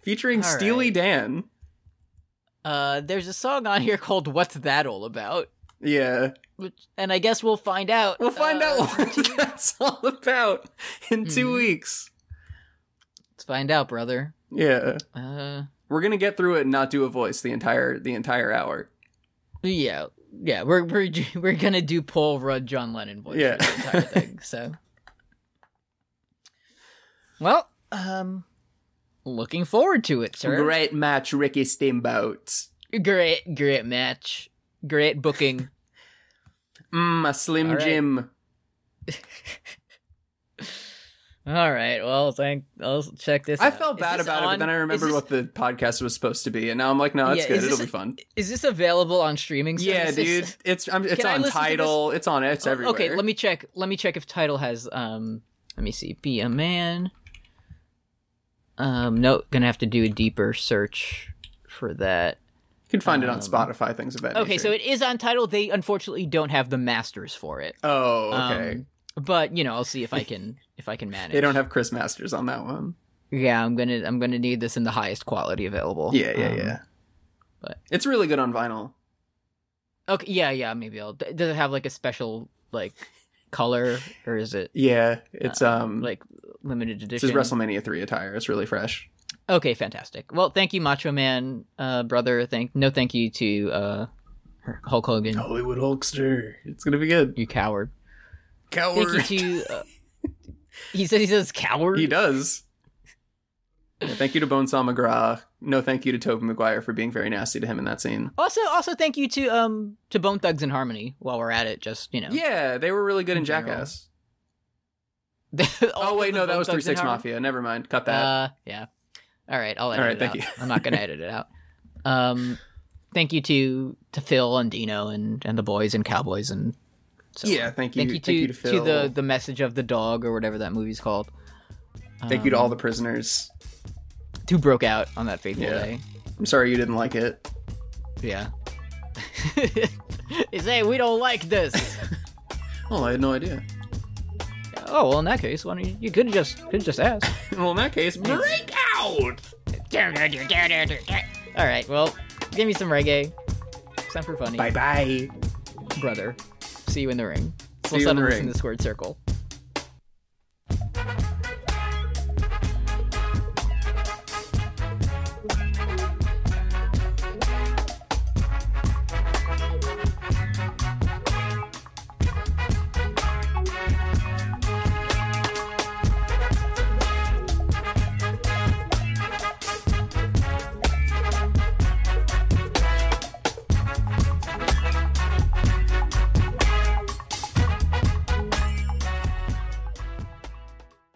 Speaker 3: Featuring
Speaker 2: All
Speaker 3: Steely
Speaker 2: right.
Speaker 3: Dan.
Speaker 2: Uh, there's a song on here called What's That All About?
Speaker 3: Yeah.
Speaker 2: Which, and I guess we'll find out.
Speaker 3: We'll find
Speaker 2: uh,
Speaker 3: out what that's all about in 2
Speaker 2: Mhm.
Speaker 3: weeks.
Speaker 2: Let's find out, brother.
Speaker 3: Yeah.
Speaker 2: Uh,
Speaker 3: We're going to get through it and not do a voice the entire the entire hour.
Speaker 2: yeah, yeah. We're we're we're gonna do Paul Rudd, John Lennon voice. Yeah,
Speaker 3: Yeah.
Speaker 2: the entire thing. So, well, um, looking forward to it, sir.
Speaker 3: Great match, Ricky Steamboat.
Speaker 2: great, great match, great booking.
Speaker 3: Mmm, a Slim
Speaker 2: All right.
Speaker 3: Jim.
Speaker 2: All right. Well, thank. I'll check this.
Speaker 3: I
Speaker 2: out.
Speaker 3: felt
Speaker 2: Is
Speaker 3: bad
Speaker 2: this
Speaker 3: about it,
Speaker 2: on-
Speaker 3: but then I
Speaker 2: is
Speaker 3: remembered
Speaker 2: this-
Speaker 3: what the podcast was supposed to be, and now I'm like, no, it's
Speaker 2: Yeah,
Speaker 3: good.
Speaker 2: is
Speaker 3: It'll
Speaker 2: this-
Speaker 3: be fun.
Speaker 2: Is this available on streaming?
Speaker 3: Yeah,
Speaker 2: services?
Speaker 3: dude, it's I'm, it's
Speaker 2: Can I
Speaker 3: on
Speaker 2: listen to
Speaker 3: title. It's on. It's
Speaker 2: Oh,
Speaker 3: everywhere.
Speaker 2: Okay, let me check. Let me check if title has um let me see. Be a man. Um no, gonna have to do a deeper search for that.
Speaker 3: You can find it on
Speaker 2: um,
Speaker 3: Spotify. Things of that.
Speaker 2: Okay,
Speaker 3: nature.
Speaker 2: so it is on title. They unfortunately don't have the masters for it.
Speaker 3: Oh, okay.
Speaker 2: Um, but you know, I'll see if I can if I can manage.
Speaker 3: they don't have Chris Masters on that one.
Speaker 2: Yeah, I'm gonna I'm gonna need this in the highest quality available.
Speaker 3: Yeah, yeah,
Speaker 2: Um,
Speaker 3: yeah.
Speaker 2: but-
Speaker 3: it's really good on vinyl.
Speaker 2: Okay, yeah, yeah. Maybe I'll. d- Does it have like a special like color or is it
Speaker 3: Yeah, it's um,
Speaker 2: Uh, like limited edition?
Speaker 3: this is WrestleMania three attire. It's really fresh.
Speaker 2: Okay, fantastic. Well, thank you, Macho Man, uh, brother. Thank no, thank you to uh, Hulk Hogan.
Speaker 3: Hollywood Hulkster. It's gonna be good.
Speaker 2: You coward.
Speaker 3: Coward.
Speaker 2: Thank you to. Uh, he said he says coward.
Speaker 3: He does. Yeah, thank you to Bonesaw McGraw. No, thank you to Tobey Maguire for being very nasty to him in that scene.
Speaker 2: Also, also thank you to um to Bone Thugs and Harmony. While we're at it, just you know.
Speaker 3: Yeah, they were really good in,
Speaker 2: In general.
Speaker 3: Jackass.
Speaker 2: All
Speaker 3: Oh
Speaker 2: of
Speaker 3: wait,
Speaker 2: the
Speaker 3: no, that
Speaker 2: Bone
Speaker 3: was Three
Speaker 2: Thugs and
Speaker 3: Six
Speaker 2: Harmony-
Speaker 3: Mafia. Never mind, cut that.
Speaker 2: Uh, yeah. All right, I'll edit
Speaker 3: All right,
Speaker 2: it
Speaker 3: thank
Speaker 2: out.
Speaker 3: you.
Speaker 2: I'm not gonna edit it out. Um, thank you to to Phil and Dino and and the boys and cowboys and. So
Speaker 3: yeah,
Speaker 2: on.
Speaker 3: thank you,
Speaker 2: Thank you, to,
Speaker 3: to, Phil.
Speaker 2: the the message of the dog or whatever that movie's called.
Speaker 3: thank you to
Speaker 2: Um,
Speaker 3: all the prisoners.
Speaker 2: who broke out on that fateful
Speaker 3: Yeah.
Speaker 2: day.
Speaker 3: I'm sorry you didn't like it.
Speaker 2: Yeah. they say we don't like this.
Speaker 3: Oh, I had no idea.
Speaker 2: oh well, in that case, why don't you, you could just could just ask.
Speaker 3: Well, in that case,
Speaker 4: Break out!
Speaker 2: All right, well, give me some reggae, some for funny,
Speaker 3: bye bye.
Speaker 2: brother. See you in the ring. we'll
Speaker 3: you in the
Speaker 2: settle this
Speaker 3: ring.
Speaker 2: in the squared circle.